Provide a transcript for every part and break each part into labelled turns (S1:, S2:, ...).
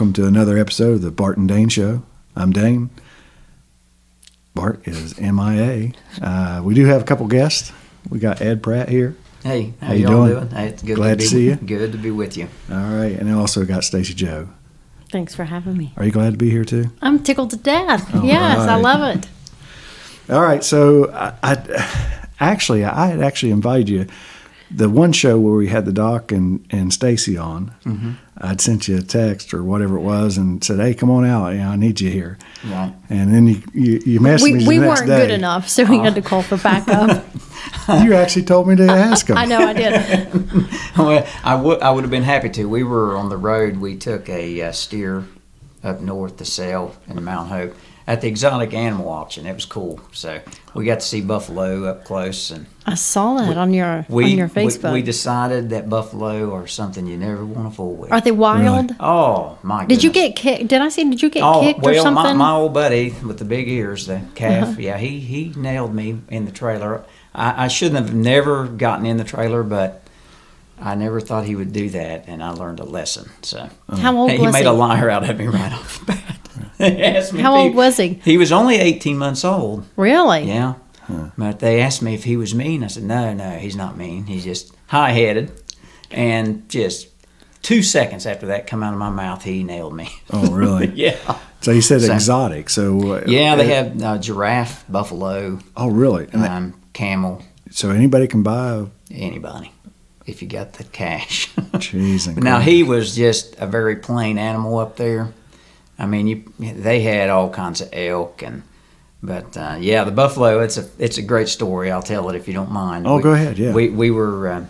S1: Welcome to another episode of the Bart and Dane Show. I'm Dane. Bart is MIA. Uh, we do have a couple guests. We got Ed Pratt here.
S2: Hey, how,
S1: you
S2: y'all
S1: doing?
S2: doing? Hey, it's good
S1: Glad
S2: to, be,
S1: to see you.
S2: Good to be with you.
S1: All right, and I also got Stacy Joe.
S3: Thanks for having me.
S1: Are you glad to be here too?
S3: I'm tickled to death.
S2: Oh,
S3: yes, I
S1: right.
S3: love it.
S1: All right, so I, I actually I had actually invited you. The one show where we had the doc and and Stacy on, I'd sent you a text or whatever it was and said, "Hey, come on out. You know, I need you here."
S2: Right.
S1: And then you you, you messaged me
S3: We,
S1: the
S3: we
S1: next
S3: weren't
S1: day.
S3: good enough, so we
S2: Oh.
S3: had to call for backup.
S1: You actually told me to ask him.
S3: I know I did.
S2: well, I would I would have been happy to. We were on the road. We took a uh, steer up north to sell in Mount Hope at the exotic animal auction. It was cool. So we got to see buffalo up close, and
S3: I saw that on your
S2: we
S3: on your
S2: we-
S3: Facebook.
S2: We, decided that buffalo are something you never want to fool with.
S3: Are they wild?
S2: oh my!
S3: Did you
S2: goodness.
S3: get kicked? Did I see? Did you get
S2: Oh
S3: kicked
S2: well,
S3: or something? Uh-huh.
S2: my, my old buddy with the big ears, the calf, yeah, he he nailed me in the trailer. I, I shouldn't have never gotten in the trailer, but I never thought he would do that, and I learned a lesson. So
S3: How old
S2: he
S3: was
S2: made
S3: he?
S2: a liar out of me right off the bat. They asked me
S3: How
S2: if
S3: old was he?
S2: He was only eighteen months old.
S3: Really?
S2: Yeah, but they asked me if he was mean. I said, no, no, he's not mean. He's just high headed, and just two seconds after that come out of my mouth, he nailed me.
S1: Oh, really?
S2: yeah.
S1: So you said
S2: So-
S1: exotic. So uh,
S2: Yeah, they
S1: uh,
S2: have uh, giraffe, buffalo,
S1: Oh, really? And that-
S2: um, camel,
S1: so anybody can buy.
S2: anybody, if you got the cash.
S1: Jeez. and
S2: But now
S1: crap.
S2: he was just a very plain animal up there. I mean, you they had all kinds of elk and, but uh, yeah, the buffalo. It's a it's a great story. I'll tell it if you don't mind.
S1: Oh, go ahead, yeah.
S2: we we were. Uh,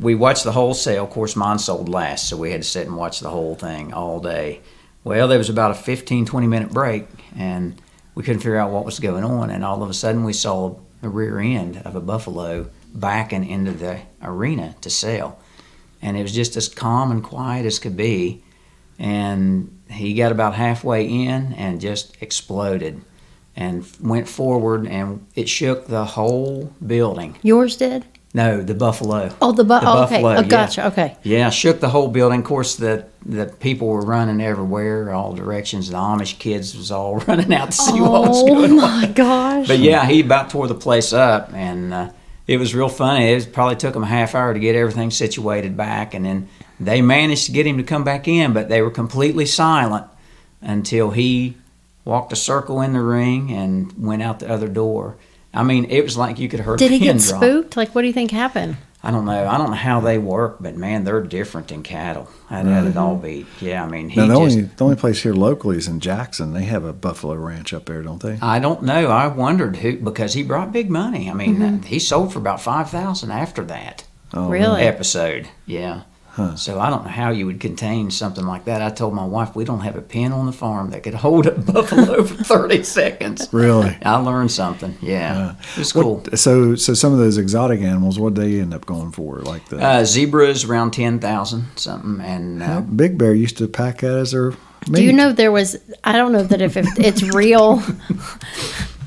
S2: we watched the whole sale. Of course, mine sold last, so we had to sit and watch the whole thing all day. Well, there was about a 15, 20 minute break, and we couldn't figure out what was going on. And all of a sudden, we saw the rear end of a buffalo backing into the arena to sell. And it was just as calm and quiet as could be. And he got about halfway in and just exploded and went forward, and it shook the whole building.
S3: Yours did?
S2: No, the buffalo.
S3: Oh, the, bu-
S2: The
S3: oh, okay.
S2: buffalo,
S3: Oh,
S2: yeah.
S3: gotcha. Okay.
S2: Yeah, shook the whole building. Of course, the the people were running everywhere, all directions. The Amish kids was all running out to see what was
S3: Oh
S2: going on.
S3: my gosh!
S2: But yeah, he about tore the place up, and uh, it was real funny. It was, probably took him a half hour to get everything situated back, and then they managed to get him to come back in, but they were completely silent until he walked a circle in the ring and went out the other door. I mean, it was like you could have heard.
S3: did
S2: a
S3: he
S2: pin
S3: get
S2: drop.
S3: spooked? Like, what do you think happened?
S2: I don't know. I don't know how they work, but man, they're different in cattle. That would all be. Yeah, I mean, he
S1: Now, the
S2: just.
S1: only the only place here locally is in Jackson. They have a buffalo ranch up there, don't they?
S2: I don't know. I wondered who because he brought big money. I mean,
S3: Mm-hmm.
S2: he sold for about five thousand after that
S1: Oh,
S3: really?
S2: episode. Yeah. So I don't know how you would contain something like that. I told my wife we don't have a pen on the farm that could hold a buffalo for thirty seconds.
S1: Really?
S2: I learned something. Yeah, it was cool.
S1: What- so so some of those exotic animals, what would they end up going for? Like the
S2: uh, zebras around ten thousand something, and uh,
S1: big bear used to pack that as their meat.
S3: Do you know there was? I don't know that if, if it's real.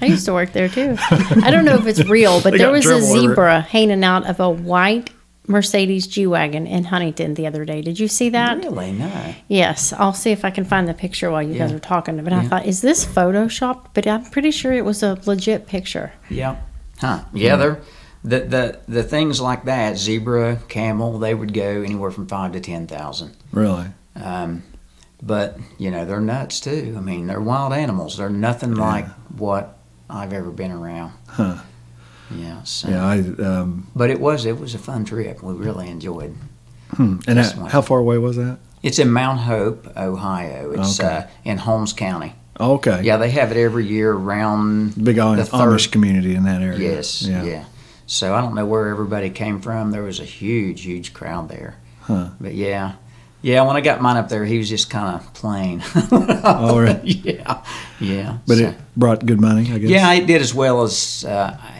S3: I used to work there too. I don't know if it's real, but
S1: They
S3: there
S1: got
S3: was a
S1: dribble over it.
S3: zebra hanging out of a white Mercedes G wagon in Huntington the other day. Did you see that?
S2: really no.
S3: Yes, I'll see if I can find the picture while you guys
S2: Yeah.
S3: are talking. But I thought, is this photoshopped? But I'm pretty sure it was a legit picture.
S2: Yeah. Huh. Yeah, they're the, the the things like that, zebra, camel, they would go anywhere from five to ten thousand.
S1: Really?
S2: Um, but you know, they're nuts too. I mean, they're wild animals. They're nothing like what I've ever been around.
S1: Huh.
S2: Yeah. So.
S1: Yeah. I um,
S2: But it was it was a fun trip. We really enjoyed.
S1: hmm. and
S2: That's
S1: that-
S2: one.
S1: how far away was that?
S2: It's in Mount Hope, Ohio. It's
S1: Okay.
S2: uh, in Holmes County.
S1: Oh, okay.
S2: Yeah, they have it every year around
S1: Big Am-
S2: the third-
S1: Amish community in that area.
S2: Yes, yeah. So I don't know where everybody came from. There was a huge, huge crowd there.
S1: Huh.
S2: But yeah, yeah. When I got mine up there, he was just kind of plain.
S1: All right.
S2: yeah, yeah.
S1: Oh, But
S2: so-
S1: it brought good money, I guess.
S2: yeah, it did as well as uh, I-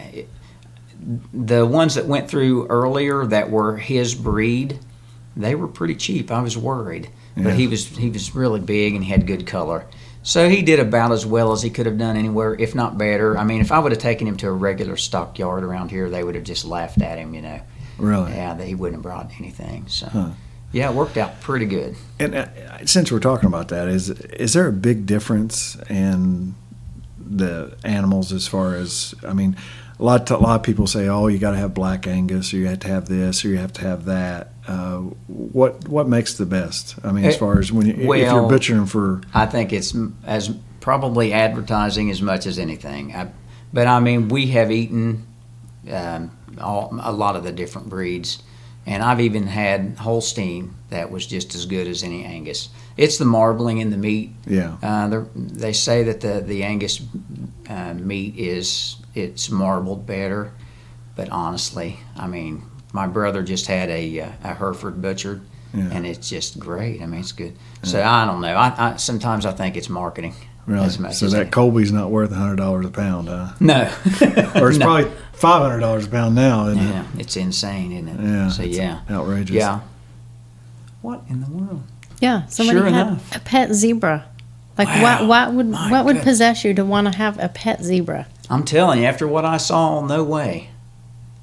S2: the ones that went through earlier that were his breed. They were pretty cheap. I was worried,
S1: Yeah.
S2: but he was he was really big and had good color. So he did about as well as he could have done anywhere, if not better. I mean, if I would have taken him to a regular stockyard around here, they would have just laughed at him, you know.
S1: Really?
S2: Yeah, that he wouldn't have brought anything. So, yeah, it worked out pretty good.
S1: And uh, since we're talking about that, is is there a big difference in the animals as far as I mean, a lot a lot of people say, oh, you got to have black Angus, or you have to have this, or you have to have that. Uh, what what makes the best? I mean, as
S2: Eh,
S1: far as when you, if you're
S2: well-
S1: butchering for
S2: I think it's m- as probably advertising as much as anything. I, but I mean, we have eaten um, all, a lot of the different breeds, and I've even had Holstein that was just as good as any Angus. It's the marbling in the meat.
S1: yeah
S2: Uh, they're- they say that the the Angus uh, meat is it's marbled better, but honestly, I mean, my brother just had a uh, a Hereford butchered,
S1: Yeah.
S2: and it's just great. I mean, it's good. So I don't know. I, I sometimes I think it's marketing.
S1: really.
S2: as much
S1: So
S2: as
S1: that
S2: any-
S1: Colby's not worth hundred dollars a pound, huh?
S2: no,
S1: Or it's
S2: No.
S1: probably five hundred dollars a pound now, isn't
S2: yeah, it's insane, isn't it?
S1: it? Yeah.
S2: So
S1: it's
S2: yeah,
S1: outrageous.
S2: yeah. What in the world?
S3: Yeah, somebody
S2: Sure
S3: had
S2: enough.
S3: a pet zebra. Like
S2: Wow.
S3: what? What would
S2: My
S3: what would
S2: goodness.
S3: possess you to want to have a pet zebra?
S2: I'm telling you, after what I saw, no way.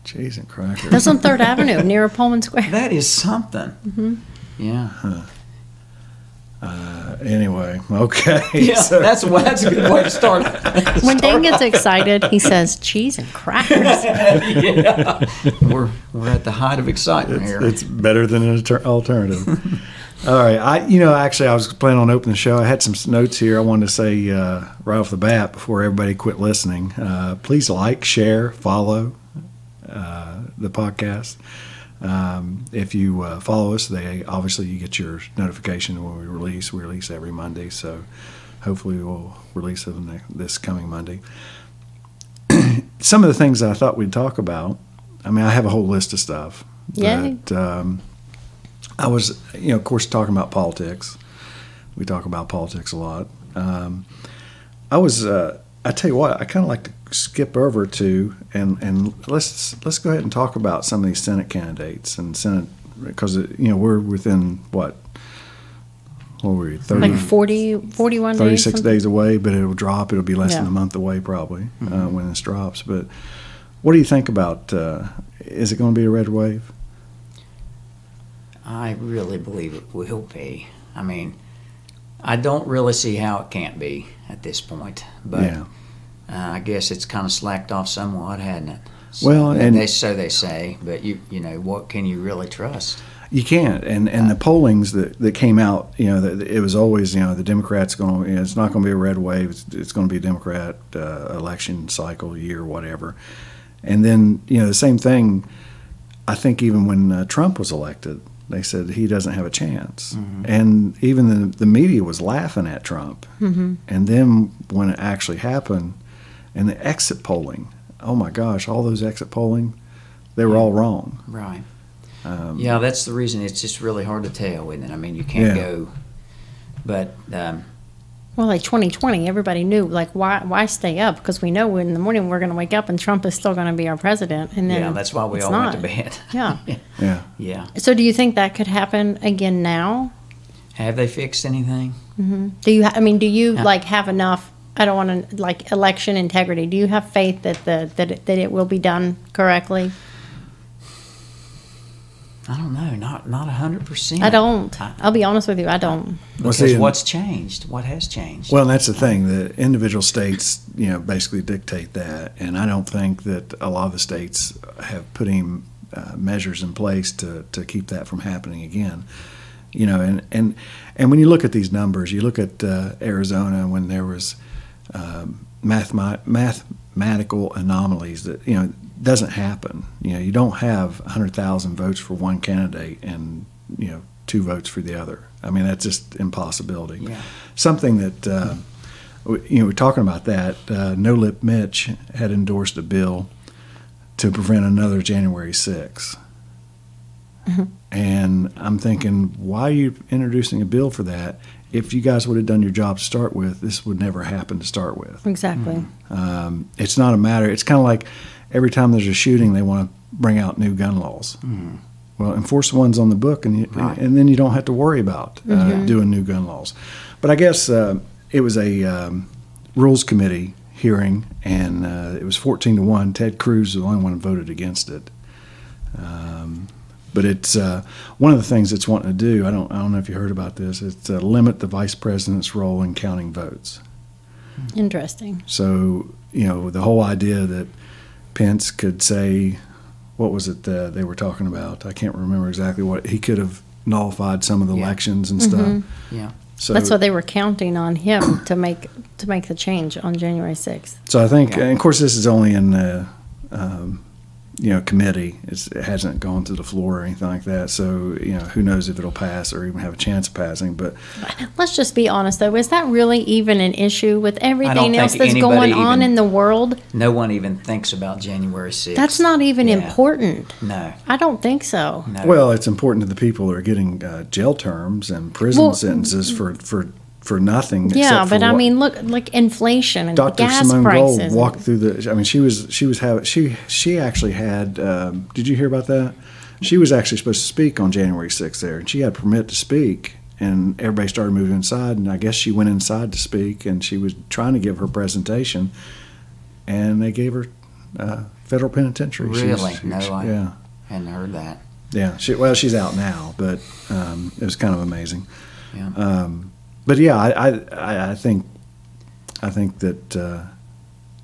S1: Jeez and crackers.
S3: That's on Third Avenue near Pullman Square.
S2: That is something. Yeah.
S1: Uh, anyway, okay.
S2: Yeah,
S1: so-
S2: that's why that's a good way to start.
S3: When Dan gets excited, he says cheese and crackers.
S2: yeah. we're we're at the height of excitement here.
S1: It's better than an alter- alternative. All right, I you know actually I was planning on opening the show. I had some s- notes here. I wanted to say uh, right off the bat before everybody quit listening. Uh, please like, share, follow uh, the podcast. Um, if you uh, follow us, they obviously you get your notification when we release. We release every Monday, so hopefully we'll release it ne- this coming Monday. Some of the things I thought we'd talk about. I mean, I have a whole list of stuff.
S3: Yay.
S1: But um, I was, you know, of course, talking about politics. We talk about politics a lot. Um, I was, uh, I tell you what, I kind of like to skip over to and and let's let's go ahead and talk about some of these Senate candidates and Senate because you know we're within what what were we 30,
S3: Like 40, 41 days.
S1: 36
S3: something.
S1: days away, but it'll drop. It'll be less than
S3: Yeah.
S1: a month away probably uh, when this drops. But what do you think about? Uh, is it going to be a red wave?
S2: I really believe it will be. I mean, I don't really see how it can't be at this point. But
S1: Yeah.
S2: uh, I guess it's kind of slacked off somewhat, hasn't it? So,
S1: Well, and-
S2: they so they say, but you you know what can you really trust?
S1: You can't, and and the pollings that, that came out, you know, that it was always, you know, the Democrats going, to you know, it's not going to be a red wave, it's, it's going to be a Democrat uh, election cycle year, whatever, and then you know the same thing. I think even when uh, Trump was elected, they said he doesn't have a chance, and even the the media was laughing at Trump,
S3: Mm-hmm.
S1: and then when it actually happened, and the exit polling, oh my gosh, all those exit polling, they were all wrong.
S2: Right.
S1: Um,
S2: Yeah, that's the reason. It's just really hard to tell, isn't it? I mean, you can't
S1: Yeah.
S2: go. But um,
S3: Well, like 2020, everybody knew like why why stay up because we know in the morning we're going to wake up and Trump is still going to be our president. And then
S2: yeah, that's why we
S3: it's
S2: all
S3: not.
S2: went to bed.
S3: Yeah.
S1: Yeah.
S2: yeah.
S3: So do you think that could happen again now?
S2: Have they fixed anything?
S3: Do you? ha- I mean, do you
S2: Yeah.
S3: like have enough? I don't want to like election integrity. Do you have faith that the that it, that it will be done correctly?
S2: I don't know. Not not hundred percent.
S3: I don't. I'll be honest with you. I don't.
S1: Well,
S2: Because
S1: see, and-
S2: what's changed? What has changed?
S1: Well, and that's the thing. The individual states, you know, basically dictate that, and I don't think that a lot of the states have put in uh, measures in place to, to keep that from happening again. You know, and and and when you look at these numbers, you look at uh, Arizona when there was um, mathemi- mathematical anomalies that you know doesn't happen. You know, you don't have 100,000 votes for one candidate and you know two votes for the other. I mean, that's just impossibility
S2: yeah.
S1: something that uh, we- you know we're talking about that uh, no lip mitch had endorsed a bill to prevent another january 6th and i'm thinking why are you introducing a bill for that if you guys would have done your job to start with this would never happen to start with
S3: Exactly.
S2: Mm-hmm.
S1: um, it's not a matter it's kind of like every time there's a shooting they want to bring out new gun laws
S2: Hmm.
S1: well, enforce the ones on the book, and you,
S2: Right.
S1: and then you don't have to worry about uh, doing new gun laws. But I guess uh, it was a um, rules committee hearing, and uh, it was 14 to 1. Ted Cruz was the only one who voted against it. Um, but it's uh, one of the things it's wanting to do. I don't, I don't know if you heard about this. It's uh, limit the vice president's role in counting votes.
S3: Interesting.
S1: So, you know, the whole idea that Pence could say, what was it that they were talking about? I can't remember exactly what he could have nullified some of the
S2: Yeah.
S1: elections and stuff.
S2: Yeah.
S1: So,
S3: Mm-hmm. That's what they were counting on him to make to make the change on January sixth.
S1: so I think,
S2: Yeah.
S1: and of course, this is only in the, um, you know, committee. It's, it hasn't gone to the floor or anything like that. So, you know, who knows if it'll pass or even have a chance of passing. But
S3: Let's just be honest, though. Is that really even an issue with everything
S2: think
S3: else that's
S2: anybody
S3: going on
S2: even-
S3: in the world?
S2: No one even thinks about January 6th.
S3: That's not even
S2: Yeah.
S3: important.
S2: No.
S3: I don't think so.
S2: No.
S1: Well, it's important to the people who are getting uh, jail terms and prison
S3: Well- mm-hmm.
S1: sentences for for for nothing.
S3: Yeah,
S1: except for
S3: but I
S1: what
S3: mean, look, like inflation and
S1: Dr.
S3: gas
S1: Simone
S3: prices.
S1: Gold walked through the. I mean, she was she was having she she actually had. Um, did you hear about that? She was actually supposed to speak on January sixth there, and she had a permit to speak, and everybody started moving inside, and I guess she went inside to speak, and she was trying to give her presentation, and they gave her uh, federal penitentiary. She was-
S2: Really? No, I-
S1: yeah,
S2: Hadn't heard that.
S1: yeah. She, well, she's out now, but um, it was kind of amazing.
S2: Yeah.
S1: Um, but yeah, I, I- I, I think, I think that uh,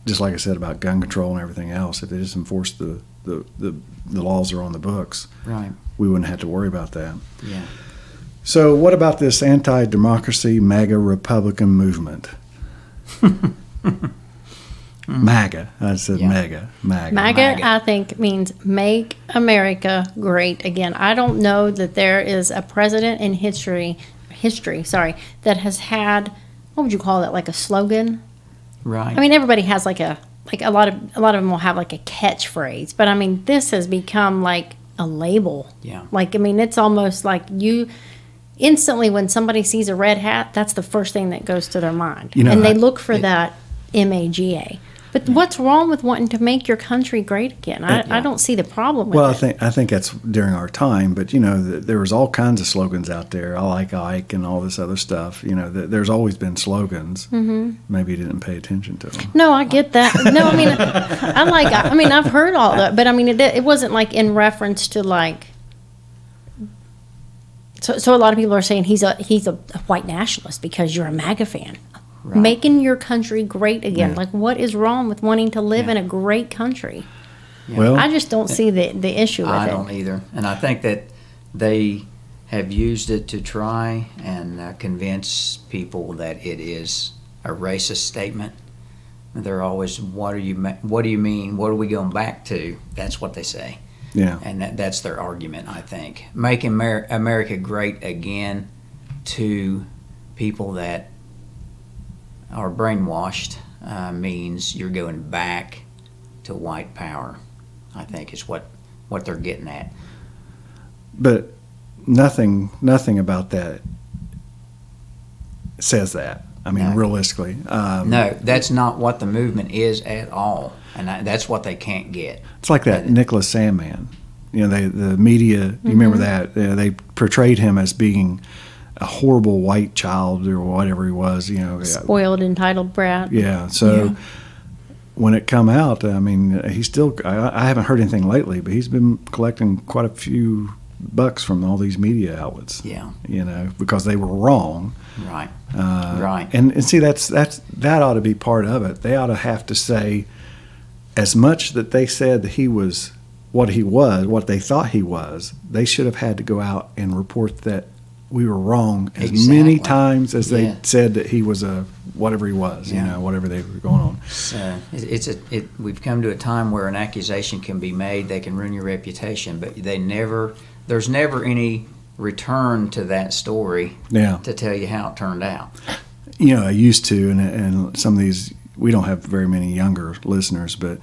S1: just like I said about gun control and everything else, if they just enforce the, the, the, the laws that are on the books,
S2: Right.
S1: we wouldn't have to worry about that.
S2: Yeah.
S1: So, what about this anti-democracy MAGA Republican movement? MAGA. I said
S2: Yeah.
S1: mega, MAGA.
S3: MAGA,
S2: MAGA.
S3: I think, means make America great again. I don't know that there is a president in history, history, sorry, that has had what would you call it, like a slogan?
S2: Right.
S3: I mean, everybody has like a like a lot of a lot of them will have like a catchphrase, but I mean, this has become like a label.
S2: Yeah.
S3: Like I mean, it's almost like you instantly when somebody sees a red hat, that's the first thing that goes to their mind,
S1: You know,
S3: and they
S1: I-
S3: look for
S2: it-
S3: that MAGA. But what's wrong with wanting to make your country great again? I, I don't see the problem with
S1: Uh, Well, I
S3: it.
S1: think I think that's during our time, but you know, th there was all kinds of slogans out there. I like Ike and all this other stuff. You know, th- there's always been slogans. Mm-hmm. Maybe you didn't pay attention to them.
S3: No, I get that. No, I mean, I like. I mean, I've heard all that, but I mean, it, it wasn't like in reference to like. So, so a lot of people are saying he's a he's a, white nationalist because you're a MAGA fan,
S2: Right.
S3: making your country great again.
S1: Yeah.
S3: Like, what is wrong with wanting to live
S2: Yeah.
S3: in a great country?
S1: Well,
S3: I just don't see the the issue with
S2: I
S3: it.
S2: don't either. And I think that they have used it to try and uh, convince people that it is a racist statement. They're always, "What are you? ma- What do you mean? What are we going back to?" That's what they say,
S1: yeah,
S2: and that, that's their argument. I think making Amer- America great again to people that are brainwashed uh, means you're going back to white power. I think is what what they're getting at.
S1: but nothing nothing about that says that. I mean,
S2: No.
S1: realistically, um,
S2: No, that's not what the movement is at all, and I, that's what they can't get.
S1: It's like that Nicholas Sandman. You know, they, the media, you remember that? They, they portrayed him as being a horrible white child or whatever he was, you know.
S3: Spoiled, entitled brat.
S1: Yeah. So when it come out, I mean, he's still. I, I haven't heard anything lately, but he's been collecting quite a few bucks from all these media outlets.
S2: Yeah,
S1: You know, because they were wrong.
S2: right,
S1: Uh,
S2: Right.
S1: And and see, that's that's that ought to be part of it. They ought to have to say as much that they said that he was what he was, what they thought he was. They should have had to go out and report that. We were wrong as many
S2: Exactly.
S1: times as they
S2: Yeah.
S1: said that he was a whatever he was, you
S2: Yeah.
S1: know, whatever they were going on.
S2: So it, it's a it, we've come to a time where an accusation can be made. They can ruin your reputation, but they never. There's never any return to that story
S1: Yeah,
S2: to tell you how it turned out.
S1: you know, I used to, and and some of these we don't have very many younger listeners, but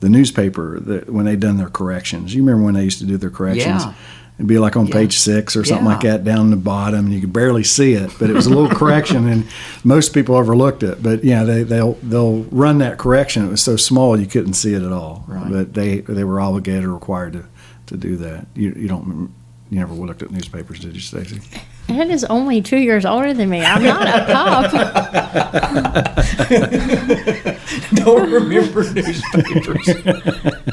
S1: the newspaper that when they done their corrections, you remember when they used to do their corrections?
S2: Yeah.
S1: It'd be like on
S2: Yeah.
S1: page six or something
S2: Yeah.
S1: like that down the bottom, and you could barely see it, but it was a little correction, and most people overlooked it. But yeah, they they'll they'll run that correction. It was so small you couldn't see it at all.
S2: Right.
S1: But they they were obligated or required to to do that. You you don't you never looked at newspapers, did you, Stacy?
S3: Ed is only two years older than me. I'm not a pup.
S2: Don't remember newspapers.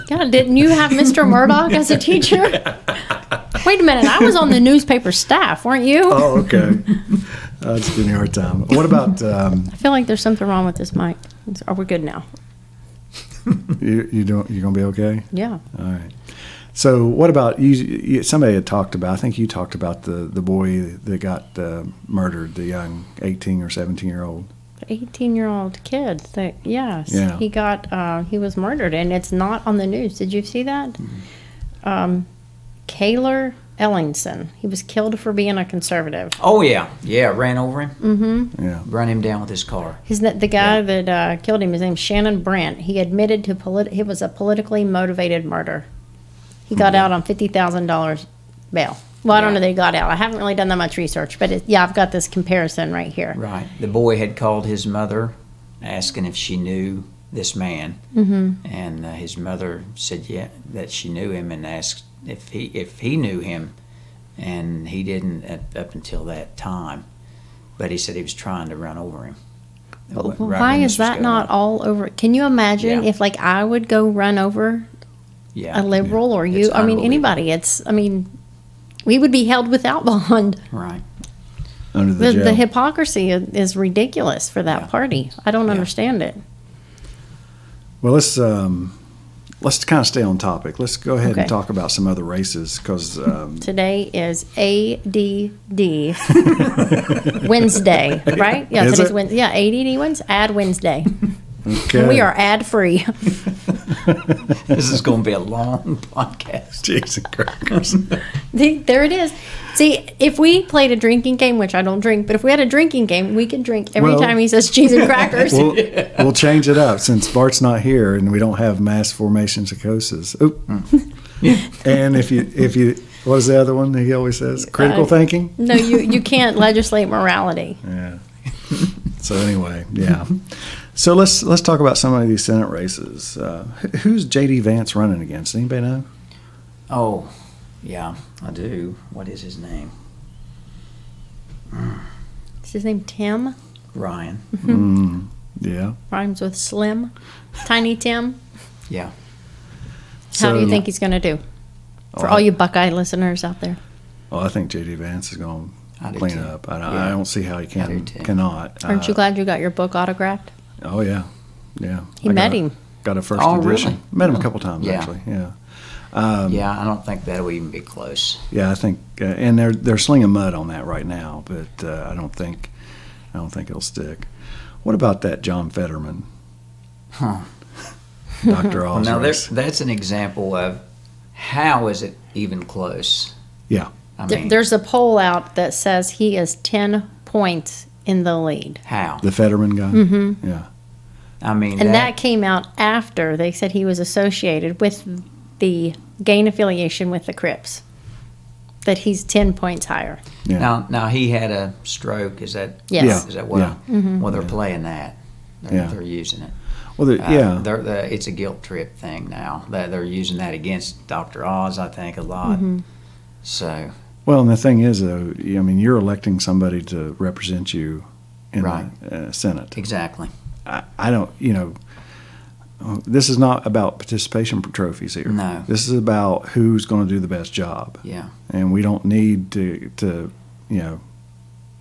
S3: God, didn't you have Mr. Murdoch as a teacher? Wait a minute. I was on the newspaper staff, weren't you?
S1: Oh, okay. That's giving me a hard time. What about um,
S3: I feel like there's something wrong with this mic. It's- Are we good now?
S1: you? You don't. You're gonna be okay.
S3: Yeah.
S1: All right. So, what about you, you? Somebody had talked about. I think you talked about the the boy that got uh, murdered, the young 18 or 17 year old.
S3: 18 year old kid that yes
S1: Yeah.
S3: he got uh, he was murdered and it's not on the news did you see that
S1: Mm-hmm.
S3: um Kaylor Ellingson he was killed for being a conservative
S2: Oh yeah, yeah. Ran over him,
S1: Yeah.
S2: run him down with his car.
S3: his na- the guy that uh, killed him his name's Shannon Brant he admitted to polit- it was a politically motivated murder he got out on fifty thousand dollars bail well I don't
S2: Hmm. Yeah.
S3: know that he got out I haven't really done that much research but it, yeah I've got this comparison right here
S2: Right. The boy had called his mother, asking if she knew this man, mm-hmm. and uh, his mother said yeah that she knew him and asked if he if he knew him, and he didn't at, up until that time, but he said he was trying to run over him.
S3: But
S2: Right
S3: why
S2: when this
S3: is
S2: was
S3: that
S2: going
S3: not
S2: on.
S3: all over? Can you imagine
S2: Yeah.
S3: if like I would go run over
S2: yeah.
S3: a liberal or you?
S2: It's
S3: I mean,
S2: unbelievable.
S3: anybody. It's I mean, we would be held without bond.
S2: Right.
S1: Under the,
S3: The,
S1: jail.
S3: the hypocrisy is- is ridiculous for that
S2: Yeah.
S3: party. I don't
S2: Yeah.
S3: understand it.
S1: Well, let's um, let's kind of stay on topic. Let's go ahead
S3: Okay.
S1: and talk about some other races because um,
S3: Today is ADD Wednesday, right? Yeah,
S1: Is
S3: today's
S1: it?
S3: Wednesday. Yeah, ADD Wednesday. Ad Wednesday.
S1: okay.
S3: We are ad free.
S2: This is going to be a long podcast.
S1: Jason Kirkers.
S3: See, there it is. See, if we played a drinking game, which I don't drink, but if we had a drinking game, we could drink every
S1: Well-
S3: time he says cheese and crackers.
S1: we'll, we'll change it up since Bart's not here and we don't have mass formation psychosis. Oop. and if you if you what is the other one that he always says? Critical
S3: Uh,
S1: thinking.
S3: no, you, you can't legislate morality.
S1: Yeah. So anyway, yeah. So let's let's talk about some of these Senate races. Uh, wh- who's J.D. Vance running against? Anybody know?
S2: Oh, yeah, I do. What is his name?
S3: Is his name Tim?
S2: Ryan.
S1: Yeah.
S3: Rhymes with Slim. Tiny Tim.
S2: Yeah.
S3: How do you
S1: So-
S3: think he's going to do? For
S1: Oh,
S3: all you Buckeye listeners out there.
S1: Well, oh, I think J.D. Vance is going
S2: I
S1: to
S2: do
S1: clean
S2: too.
S1: up. I don't, I
S2: Yeah.
S1: don't see how he
S2: I do
S1: can
S2: too.
S1: cannot.
S3: Aren't
S1: Uh,
S3: you glad you got your book autographed?
S1: Oh yeah, yeah.
S3: He
S1: I
S3: met
S1: got a-
S3: him.
S1: Got a first
S2: Oh,
S1: edition.
S2: really?
S1: Met him a couple times
S2: Yeah.
S1: actually. Yeah,
S2: yeah, I don't think that'll even be close.
S1: yeah. I think, uh, and they're they're slinging mud on that right now, but uh, I don't think, I don't think it'll stick. What about that John Fetterman?
S2: Huh.
S1: Doctor Oz.
S2: now there's
S1: Oh, race.
S2: that's an example of how is it even close?
S1: Yeah.
S2: I
S3: There-
S2: mean,
S3: There's a poll out that says he is 10 points in the lead.
S2: how?
S1: the Fetterman guy.
S3: Hmm.
S1: Mm-hmm. Yeah.
S2: I mean,
S3: And
S2: that,
S3: that came out after they said he was associated with the gain affiliation with the Crips. That he's ten points higher.
S1: Yeah.
S2: now now he had a stroke. Is that
S3: Yes. Mm-hmm.
S1: Yeah.
S2: is that what?
S1: Yeah.
S2: Well, they're playing that. They're,
S1: Yeah.
S2: they're using it.
S1: Well, the,
S2: Uh,
S1: yeah.
S2: they're, they it's a guilt trip thing now. That they're using that against Dr. Oz, I think, a lot.
S3: Mm-hmm.
S2: So
S1: Well, and the thing is, though, I mean, you're electing somebody to represent you in
S2: Right.
S1: the uh, Senate.
S2: exactly.
S1: I, I don't, you know, uh, this is not about participation trophies here.
S2: No.
S1: This is about who's going to do the best job.
S2: Yeah.
S1: And we don't need to, to, you know,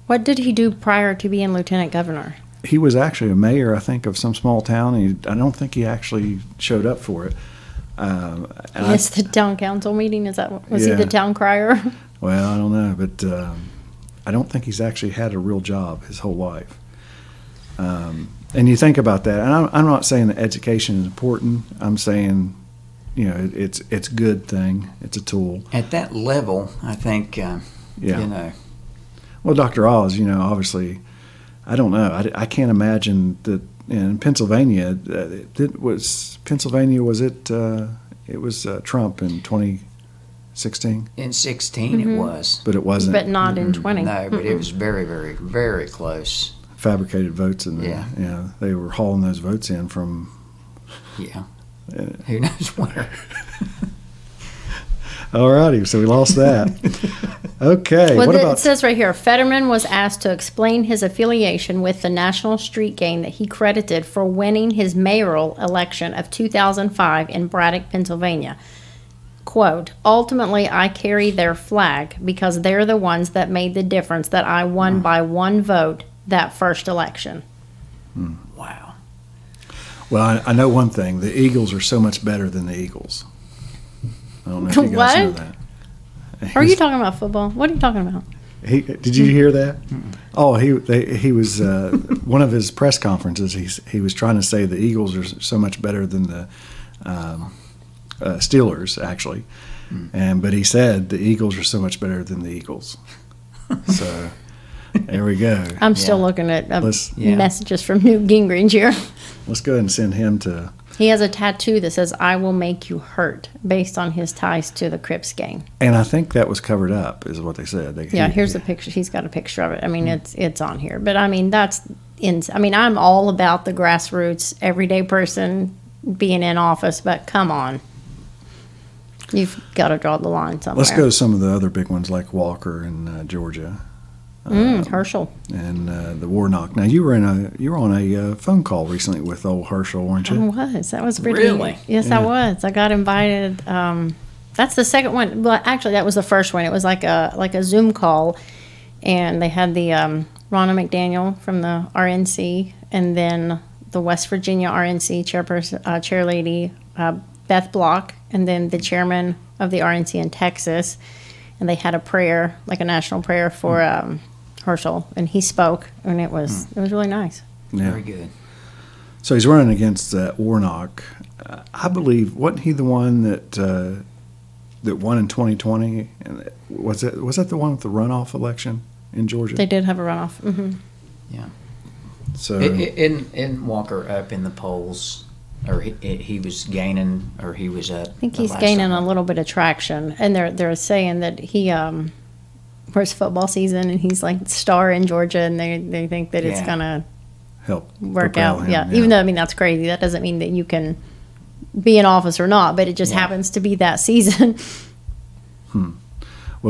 S3: What did he do prior to being lieutenant governor?
S1: he was actually a mayor, I think, of some small town, and he, I don't think he actually showed up for it. Um, and I-
S3: Missed the town council meeting. Is that what- was he
S1: Yeah.
S3: the town crier?
S1: well, I don't know, but um, I don't think he's actually had a real job his whole life. Um, and you think about that, and I'm, I'm not saying that education is important. I'm saying, you know, it, it's it's a good thing. It's a tool.
S2: At that level, I think, uh,
S1: Yeah.
S2: you know,
S1: Well, Dr. Oz, you know, obviously, I don't know. I, I can't imagine that in Pennsylvania, uh, it, did- was Pennsylvania, was it, uh, it was uh, Trump in 2016,
S2: in 16
S3: Mm-hmm.
S2: it was.
S1: but it wasn't
S3: but not in twenty.
S2: No, but it was very, very, very close.
S1: fabricated votes. And
S2: Yeah.
S1: you know, they were hauling those votes in from,
S2: Yeah. Who knows where?
S1: all righty, so we lost that. Okay.
S3: Well,
S1: what
S3: it
S1: about
S3: says right here Fetterman was asked to explain his affiliation with the National Street Gang that he credited for winning his mayoral election of 2005 in Braddock, Pennsylvania. Quote, ultimately, I carry their flag because they're the ones that made the difference that I won by one vote that first election.
S2: Wow.
S1: Well, I, I know one thing. The Eagles are so much better than the Eagles. I don't know if you guys know
S3: What?
S1: that.
S3: Are you talking about football? What are you talking about?
S1: He, did you hear that? Oh, he they, he was uh, one of his press conferences. He he was trying to say the Eagles are so much better than the um, uh, Steelers, actually. And but he said the Eagles are so much better than the Eagles. so there we go.
S3: I'm still
S2: Yeah.
S3: looking at um,
S1: Let's-
S2: Yeah.
S3: messages from Newt Gingrich here.
S1: Let's go ahead and send him to.
S3: He has a tattoo that says "I will make you hurt" based on his ties to the Crips gang.
S1: And I think that was covered up, is what they said. They,
S3: Yeah, here's the picture. He's got a picture of it. I mean,
S1: Mm.
S3: it's it's on here, but I mean that's in. I mean, I'm all about the grassroots, everyday person being in office, but come on, you've got to draw the line somewhere.
S1: Let's go to some of the other big ones like Walker in uh, Georgia Uh,
S3: Mm, Herschel.
S1: and uh, the Warnock. Now you were in a you were on a uh, phone call recently with old Herschel, weren't
S3: I
S1: you?
S3: was. That was pretty.
S2: Really?
S3: Yes,
S1: Yeah.
S3: I was. I got invited. Um, that's the second one. Well, actually, that was the first one. It was like a like a Zoom call, and they had the um, Ronna McDaniel from the RNC, and then the West Virginia RNC chairperson, uh, chair lady uh, Beth Block, and then the chairman of the RNC in Texas, and they had a prayer, like a national prayer for um, Herschel, and he spoke, and it was it was really nice.
S1: Yeah.
S2: Very good.
S1: So he's running against uh, Warnock. Uh, I believe wasn't he the one that uh, that won in 2020? And was that was that the one with the runoff election in Georgia?
S3: They did have a runoff. hmm
S1: so
S2: I- i- Isn't isn't Walker up in the polls, or he, i- he was gaining, or he was up?
S3: I think he's gaining a little bit of traction, and they're they're saying that he um, where it's football season, and he's like the star in Georgia, and they they think that it's
S2: Yeah.
S3: gonna
S1: help
S3: work
S1: propel
S3: out.
S1: him,
S3: yeah. even though I mean that's crazy. That doesn't mean that you can be in office or not, but it just
S2: Yeah.
S3: happens to be that season.
S1: well,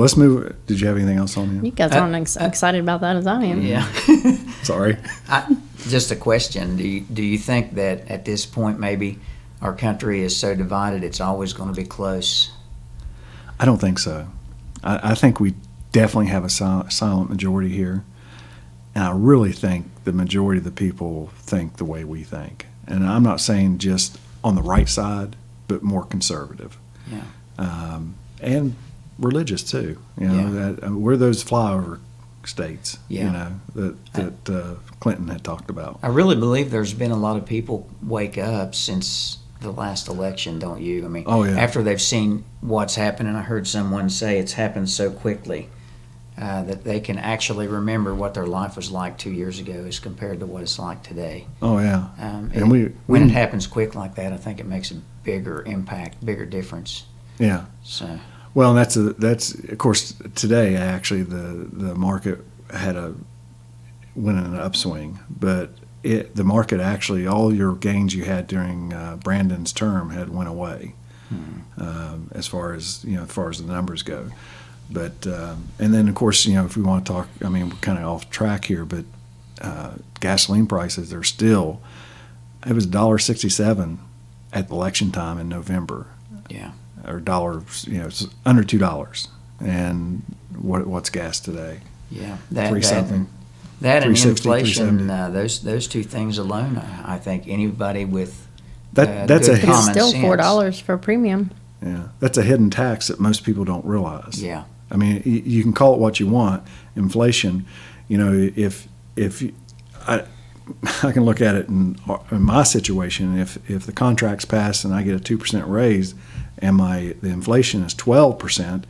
S1: let's move. Did you have anything else on
S3: you
S1: him?
S3: guys
S2: Uh,
S3: aren't as excited about that as I am.
S2: Yeah.
S1: Sorry.
S2: I, just a question. Do you, do you think that at this point maybe our country is so divided it's always going to be close?
S1: I don't think so. I, I think we definitely have a sil- silent majority here, and I really think the majority of the people think the way we think. And I'm not saying just on the right side, but more conservative.
S2: Yeah.
S1: Um, and religious too. You know, that, uh, we're those flyover states. You
S2: Yeah.
S1: know that that uh, Clinton had talked about.
S2: I really believe there's been a lot of people wake up since the last election, don't you? I mean,
S1: Oh, yeah.
S2: after they've seen what's happening, I heard someone say it's happened so quickly uh, that they can actually remember what their life was like two years ago as compared to what it's like today.
S1: Oh yeah.
S2: Um,
S1: And we-
S2: when
S1: we-
S2: it happens quick like that, I think it makes a bigger impact, bigger difference.
S1: Yeah.
S2: So,
S1: Well, and that's a, that's of course today actually the the market had a went in an upswing, but it the market actually all your gains you had during uh, Brandon's term had went away, um, as far as you know as far as the numbers go. But um, and then of course you know if we want to talk, I mean we're kind of off track here, but uh, gasoline prices are still it was dollar sixty seven at election time in November
S2: yeah.
S1: or dollar, you know, it's under two dollars. And what what's gas today?
S2: Yeah, that,
S1: Three
S2: that-
S1: something.
S2: That and
S1: 360,
S2: inflation,
S1: 370.
S2: uh, those those two things alone, I, I think anybody with
S1: That
S2: Uh,
S1: that's a hidden,
S2: good
S3: It's
S2: comment. Common
S3: still
S2: sense.
S3: four dollars for premium.
S1: yeah, that's a hidden tax that most people don't realize.
S2: yeah,
S1: I mean, y- you can call it what you want, inflation. You know, if if you- I I can look at it in, in my situation. If if the contract's passed and I get a two percent raise, and my the inflation is twelve percent,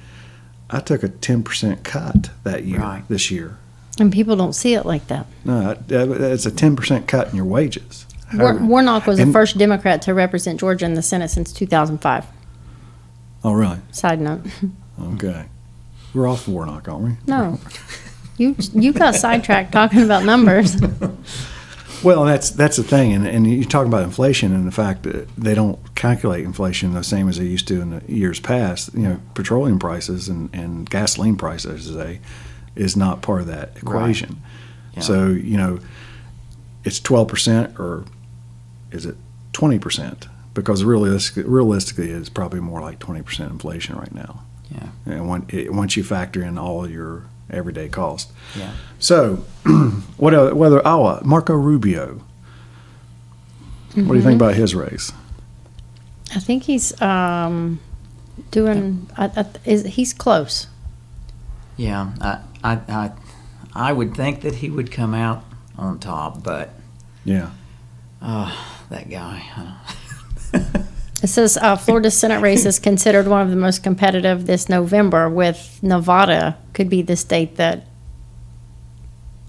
S1: I took a ten percent cut that year
S2: Right.
S1: this year.
S3: And people don't see it like that.
S1: No, it- it's a ten percent cut in your wages.
S3: War- Warnock was
S1: And-
S3: the first Democrat to represent Georgia in the Senate since 2005.
S1: Oh, really?
S3: Side note.
S1: Okay. We're off Warnock, aren't we?
S3: No. You you got sidetracked talking about numbers.
S1: Well, that's that's the thing, and, and you talk about inflation and the fact that they don't calculate inflation the same as they used to in the years past. You know, petroleum prices and, and gasoline prices, as they, is not part of that equation.
S2: Yeah.
S1: So you know, it's twelve percent or is it twenty percent? Because realistic, realistically, it's probably more like twenty percent inflation right now.
S2: Yeah.
S1: And when, it, once you factor in all your everyday cost.
S2: Yeah.
S1: So, what el- whether our Marco Rubio? What do you think
S3: Mm-hmm.
S1: about his race?
S3: I think he's um, doing. I, I, is, he's close.
S2: Yeah, I, I, I, I would think that he would come out on top, but
S1: Yeah.
S2: Ah, that guy. I
S3: It says uh, Florida Senate race is considered one of the most competitive this November, with Nevada could be the state that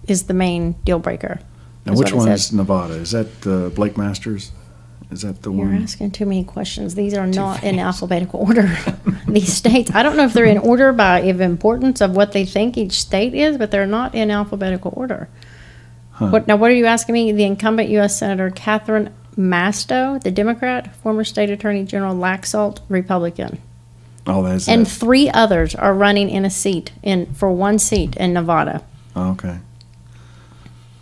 S3: is the main deal breaker.
S1: Now,
S3: That's
S1: which
S3: what it
S1: one
S3: says.
S1: is Nevada? Is that uh, Blake Masters? Is that the
S3: You're
S1: one?
S3: asking too many questions. These are not in alphabetical order. These states, I don't know if they're in order by of importance of what they think each state is, but they're not in alphabetical order. What now? What are you asking me? The incumbent U.S. Senator Catherine Masto, the Democrat, former State Attorney General Laxalt, Republican.
S1: Oh, that's
S3: and
S1: it.
S3: three others are running in a seat in for one seat in Nevada.
S1: Oh, okay.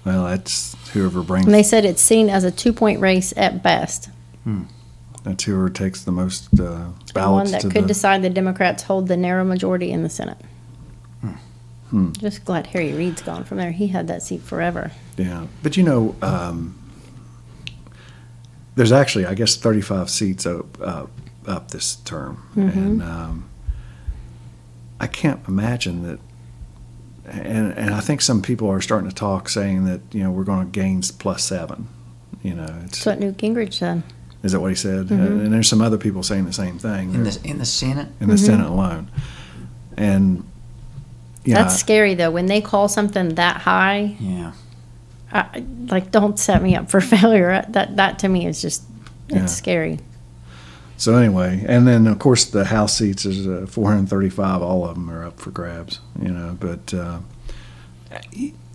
S1: Well, that's whoever brings.
S3: And they said it's seen as a two-point race at best,
S1: that's whoever takes the most uh,
S3: the one
S1: ballots
S3: that
S1: to
S3: could
S1: the.
S3: decide the Democrats hold the narrow majority in the Senate.
S1: Hmm.
S3: Just glad Harry Reid's gone from there. He had that seat forever.
S1: Yeah, but you know, um, there's actually, I guess, 35 seats up up, up this term, and um, I can't imagine that. And and I think some people are starting to talk, saying that you know we're going to gain plus seven. You know, it's,
S3: That's what Newt Gingrich said.
S1: is that what he said? Uh, And, and there's some other people saying the same thing
S2: in the in the Senate.
S1: in the Senate alone, and yeah,
S3: That's scary though. When they call something that high,
S2: Yeah.
S3: I, like don't set me up for failure. That that to me is just it's
S1: Yeah.
S3: scary.
S1: So anyway, and then of course the house seats is uh, 435. All of them are up for grabs, you know. But uh,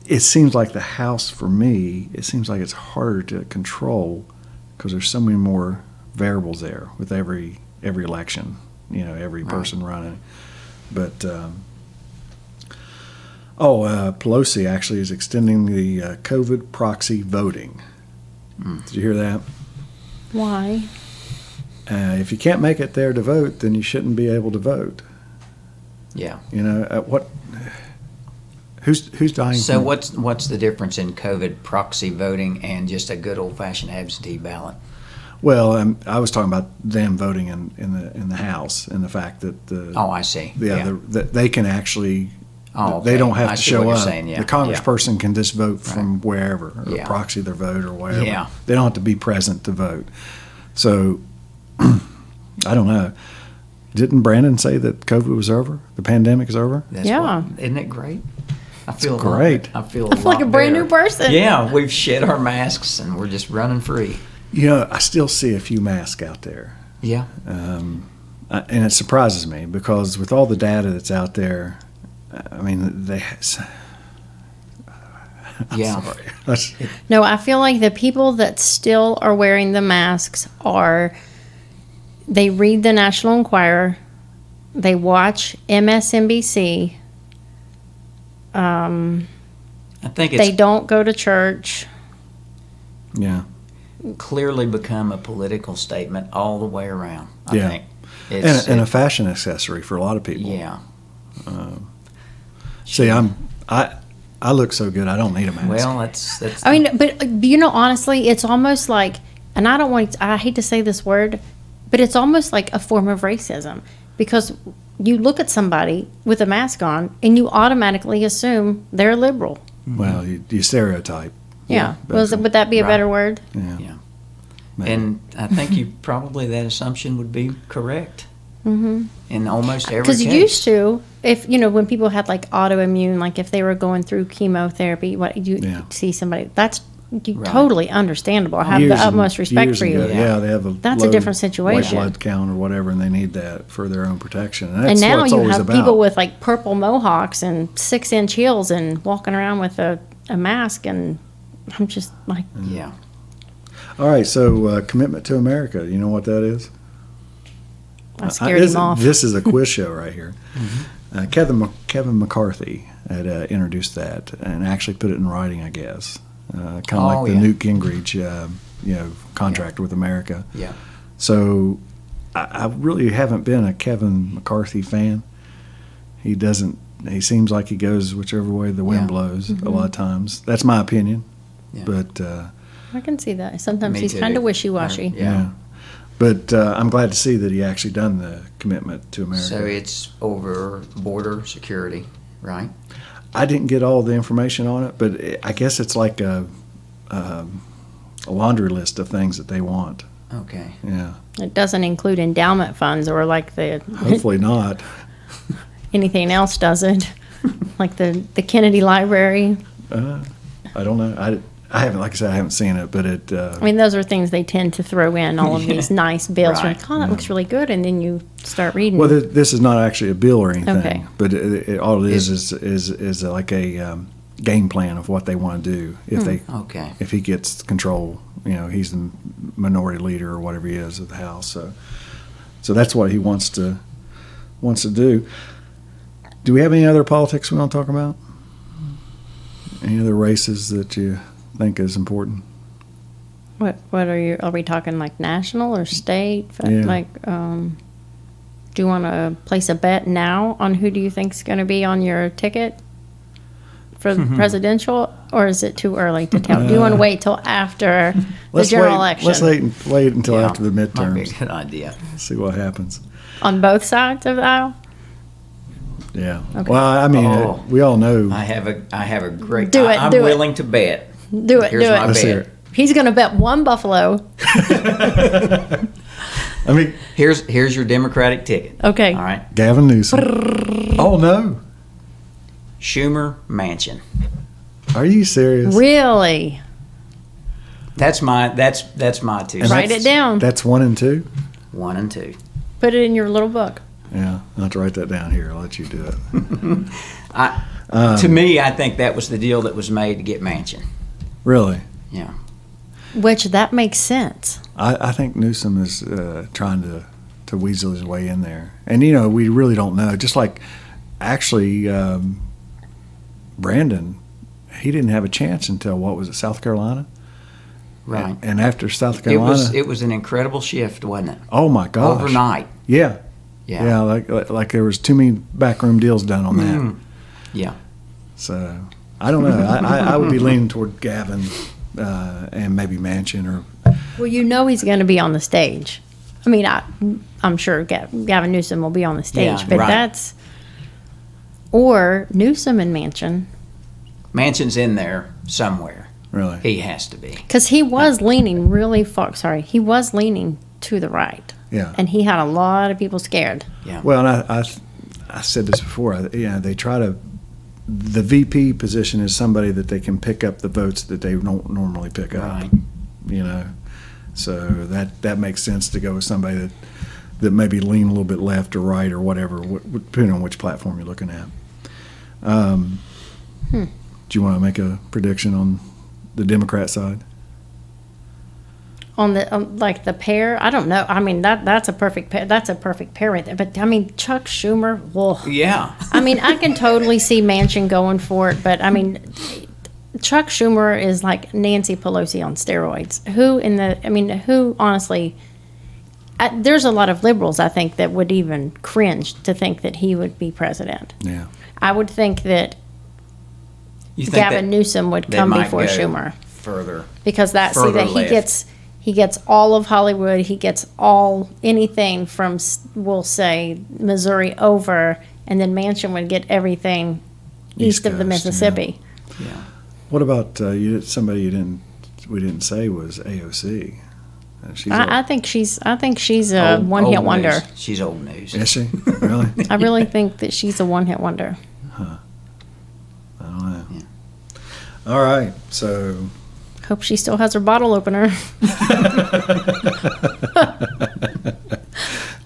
S1: it seems like the house for me, it seems like it's harder to control because there's so many more variables there with every every election, you know, every person running. But um, oh, uh, Pelosi actually is extending the uh, COVID proxy voting. Did you hear that?
S3: Why?
S1: Uh, if you can't make it there to vote, then you shouldn't be able to vote.
S2: Yeah.
S1: You know at what? Who's who's dying?
S2: So
S1: from-
S2: what's what's the difference in COVID proxy voting and just a good old fashioned absentee ballot?
S1: Well, um, I was talking about them voting in, in the in the House and the fact that the
S2: Oh, I see.
S1: the other that they can actually
S2: Oh,
S1: they
S2: okay.
S1: don't have
S2: I
S1: to
S2: see
S1: show
S2: what you're
S1: up.
S2: saying, yeah,
S1: The Congressperson can just vote from wherever or
S2: Yeah.
S1: proxy their vote or wherever.
S2: Yeah.
S1: They don't have to be present to vote. So I don't know. Didn't Brandon say that COVID was over? The pandemic is over?
S2: That's
S3: Yeah.
S2: what- isn't it great? I feel a lot-
S1: great.
S2: I feel, a
S3: I feel like
S2: lot
S3: a brand new
S2: better.
S3: person.
S2: Yeah, we've shed our masks and we're just running free.
S1: You know, I still see a few masks out there.
S2: Yeah.
S1: Uh, and it surprises me because with all the data that's out there, I mean, they.
S2: yeah.
S1: That's,
S3: No, I feel like the people that still are wearing the masks are they read the National Enquirer, they watch MSNBC,
S2: I think
S3: um, they
S2: it's
S3: don't go to church.
S1: yeah,
S2: clearly become a political statement all the way around. I
S1: Yeah.
S2: think.
S1: and,
S2: It's,
S1: a- and a fashion accessory for a lot of people. Um,
S2: yeah.
S1: See, I'm I I look so good, I don't need a mask.
S2: Well, that's that's.
S3: I mean, but uh, you know, honestly, it's almost like, and I don't want, I hate to say this word, but it's almost like a form of racism because you look at somebody with a mask on and you automatically assume they're liberal.
S2: mm-hmm.
S1: well, you, you stereotype.
S3: Yeah.
S1: Yeah,
S3: Was,
S1: better.
S3: would that be a
S2: Right.
S3: better word?
S1: Yeah,
S2: Yeah.
S1: maybe.
S2: And I think you probably that assumption would be correct. Mm-hmm. In almost every
S3: Because
S2: case.
S3: you used to, if you know, when people had like autoimmune, like if they were going through chemotherapy, what you
S1: Yeah.
S3: see somebody that's you,
S2: Right.
S3: totally understandable. I have
S1: Years
S3: the
S1: and-
S3: utmost respect
S1: years
S3: for you.
S1: ago, Yeah, they have a
S3: That's a
S1: low
S3: different situation.
S1: White blood count or whatever, and they need that for their own protection. And, that's
S3: And
S1: what
S3: now
S1: it's
S3: you
S1: always
S3: have
S1: about.
S3: people with like purple mohawks and six inch heels and walking around with a, a mask and I'm just like,
S2: Yeah.
S1: All right, so uh, commitment to America. You know what that is?
S3: I scared
S1: this,
S3: him off.
S1: This Uh, is a quiz show right here.
S2: Mm-hmm.
S1: Uh, Kevin Mc- Kevin McCarthy had uh, introduced that and actually put it in writing, I guess. Uh, kind of
S2: Oh,
S1: like the
S2: yeah.
S1: Newt Gingrich, uh, you know, contract with America.
S2: Yeah.
S1: So I, I really haven't been a Kevin McCarthy fan. He doesn't. He seems like he goes whichever way the wind
S2: Yeah. Mm-hmm.
S1: blows a lot of times. That's my opinion.
S2: Yeah.
S1: But uh,
S3: I can see that. Sometimes
S2: Me
S3: he's
S2: too.
S3: kind of wishy washy.
S2: Yeah.
S1: yeah. But uh, I'm glad to see that he actually done the commitment to America.
S2: So it's over border security, right?
S1: I didn't get all the information on it, but it- I guess it's like a, um, a laundry list of things that they want.
S2: Okay.
S1: Yeah,
S3: It doesn't include endowment funds or like the
S1: hopefully not.
S3: anything else does it, like the the Kennedy Library.
S1: Uh, I don't know. I, I haven't, like I said, I haven't seen it, but it. Uh,
S3: I mean, those are things they tend to throw in all of these nice bills. You're
S2: Right.
S3: like, oh, that looks really good, and then you start reading.
S1: well, th- this is not actually a bill or anything,
S3: Okay.
S1: but it, it, all it is is is is like a um, game plan of what they want to do if they
S2: Okay.
S1: if he gets control. You know, he's the minority leader or whatever he is of the House. So, so that's what he wants to wants to do. Do we have any other politics we want to talk about? Any other races that you think is important?
S3: what what are you? Are we talking like national or state? F-
S1: Yeah.
S3: Like, um, do you want to place a bet now on who do you think's going to be on your ticket for the presidential, or is it too early to tell? do you want to wait till after the general
S1: wait,
S3: election
S1: Let's wait, and- wait until
S2: Yeah,
S1: after the
S2: Might be
S1: midterms.
S2: a good idea.
S1: See what happens.
S3: on both sides of the aisle?
S1: Yeah.
S3: Okay.
S1: Well, I mean, uh,
S2: Oh.
S1: we all know.
S2: I have a I have a great.
S3: Do it,
S2: I, am
S3: do it.
S2: willing to bet.
S3: Do it.
S2: Here's
S3: do
S2: my
S3: it.
S1: Let's
S2: bet.
S1: hear it.
S3: He's going to bet one buffalo.
S1: I mean,
S2: Here's here's your Democratic ticket.
S3: Okay.
S2: All right.
S1: Gavin Newsom. oh no!
S2: Schumer Mansion.
S1: Are you serious?
S3: Really?
S2: That's my that's that's my two.
S1: And
S3: Write
S2: cents.
S3: it down.
S1: That's one and two.
S2: One and two.
S3: Put it in your little book.
S1: Yeah, I'll have to write that down here. I'll let you do it. Um,
S2: to me, I think that was the deal that was made to get Mansion.
S1: Really,
S2: Yeah.
S3: Which that makes sense.
S1: I, I think Newsom is uh, trying to, to weasel his way in there. And, you know, we really don't know. Just like actually, um, Brandon, he didn't have a chance until what was it, South Carolina?
S2: Right.
S1: And after South
S2: It
S1: Carolina,
S2: was it was an incredible shift, wasn't it?
S1: oh my gosh.
S2: Overnight.
S1: Yeah, yeah,
S2: Yeah. Oh, Yeah.
S1: like, like, like there was too many backroom deals done on
S2: Mm.
S1: that.
S2: Hmm. Yeah.
S1: So I don't know. I, I, I would be leaning toward Gavin uh, and maybe Manchin or
S3: Well, you know he's going to be on the stage. I mean, I, I'm sure Gav, Gavin Newsom will be on the stage,
S2: Yeah,
S3: but
S2: right.
S3: that's. Or Newsom and Mansion,
S2: Mansion's in there somewhere.
S1: really.
S2: He has to be.
S3: because he was leaning really far. Sorry, he was leaning to the right,
S1: Yeah.
S3: and he had a lot of people scared.
S1: Well, and I, I, I said this before. I, you know, they try to. The VP position is somebody that they can pick up the votes that they don't normally pick up.
S2: Right.
S1: You know, so that that makes sense to go with somebody that that maybe lean a little bit left or right or whatever, wh- wh- depending on which platform you're looking at. Um,
S3: Hmm.
S1: Do you want to make a prediction on the Democrat side?
S3: on the um, like the pair. I don't know. I mean that that's a perfect pair. That's a perfect pair right there. But I mean Chuck Schumer. Whoa.
S2: Yeah.
S3: I mean I can totally see Manchin going for it, but I mean Chuck Schumer is like Nancy Pelosi on steroids. Who in the? I mean who honestly? I, there's a lot of liberals I think that would even cringe to think that he would be president.
S1: Yeah.
S3: I would think that
S2: You think
S3: Gavin
S2: that
S3: Newsom would
S2: they
S3: come
S2: might
S3: before
S2: go
S3: Schumer
S2: further?
S3: because that see
S2: further
S3: that he
S2: left.
S3: gets he gets all of Hollywood. He gets all anything from s- we'll say Missouri over, and then Mansion would get everything east,
S1: East
S3: of
S1: Coast,
S3: the
S1: yeah.
S3: Mississippi.
S2: Yeah.
S1: What about uh, you? Somebody you didn't we didn't say was AOC. Uh, She's
S3: I, I think she's I think she's a
S2: Old-
S3: Uh, one hit
S2: old
S3: wonder.
S2: news. She's old news.
S1: a- is she really?
S3: I really think that she's a one hit wonder.
S1: I don't know. All right. So
S3: Hope she still has her bottle opener.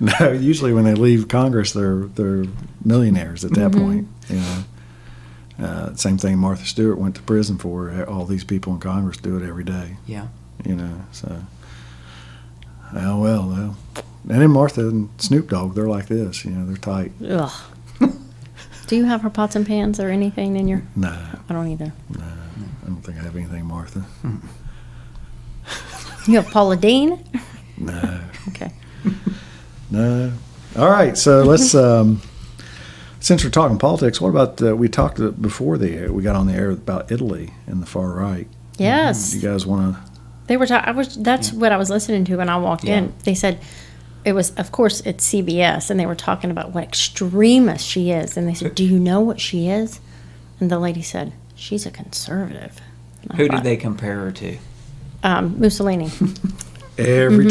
S1: no, usually when they leave Congress, they're they're millionaires at that point. You know, Uh, same thing Martha Stewart went to prison for. All these people in Congress do it every day.
S2: Yeah.
S1: You know, so. Oh, well, well. And then Martha and Snoop Dogg, they're like this, you know, they're tight.
S3: Ugh. Do you have her pots and pans or anything in your?
S1: No,
S3: I don't either.
S1: I don't think I have anything, Martha.
S3: You have Paula Dean.
S1: No.
S3: Okay.
S1: No. All right. So let's. Um, since we're talking politics, what about uh, we talked before the we got on the air about Italy and the far right?
S3: Yes.
S1: You guys want to?
S3: They were. Ta- I was. That's what I was listening to when I walked
S2: Yeah.
S3: in. They said it was. Of course, it's CBS, and they were talking about what extremist she is. And they said, "Do you know what she is?" And the lady said, "She's a conservative." And I
S2: Who
S3: thought,
S2: did they compare her to?
S3: Um, Mussolini.
S1: Every
S2: Mm-hmm.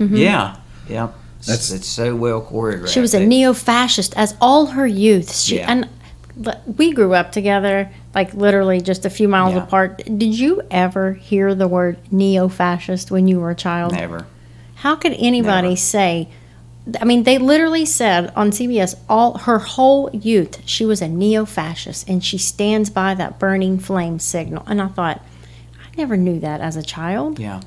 S1: time.
S2: Yeah. Yeah.
S1: That's-
S2: That's it's so well choreographed.
S3: Mm-hmm. She was a
S2: They-
S3: neo-fascist as all her youth. She
S2: Yeah.
S3: and but we grew up together, like literally just a few miles
S2: Yeah.
S3: apart. Did you ever hear the word neo-fascist when you were a child?
S2: Never.
S3: How could anybody
S2: Never.
S3: say? I mean, they literally said on CBS all her whole youth she was a neo-fascist, and she stands by that burning flame signal. And I thought, I never knew that as a child.
S2: Yeah.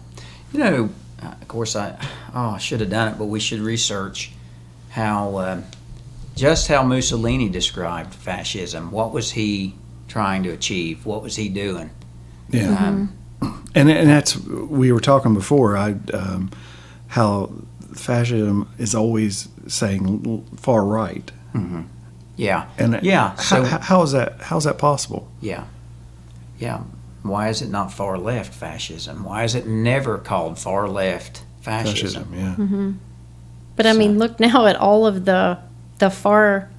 S2: You know, uh, of course, I oh, I should have done it, but we should research how uh, just how Mussolini described fascism. What was he trying to achieve? What was he doing?
S1: Yeah.
S2: Um,
S1: And and that's we were talking before. I um, how fascism is always saying l- far right.
S2: yeah.
S1: And
S2: Yeah,
S1: how,
S2: so-
S1: how- how is that? How is that possible?
S2: Yeah. Yeah. Why is it not far left fascism? Why is it never called far left fascism? Mm-hmm.
S1: Fascism. Yeah.
S3: But I mean,
S2: So-
S3: look now at all of the the far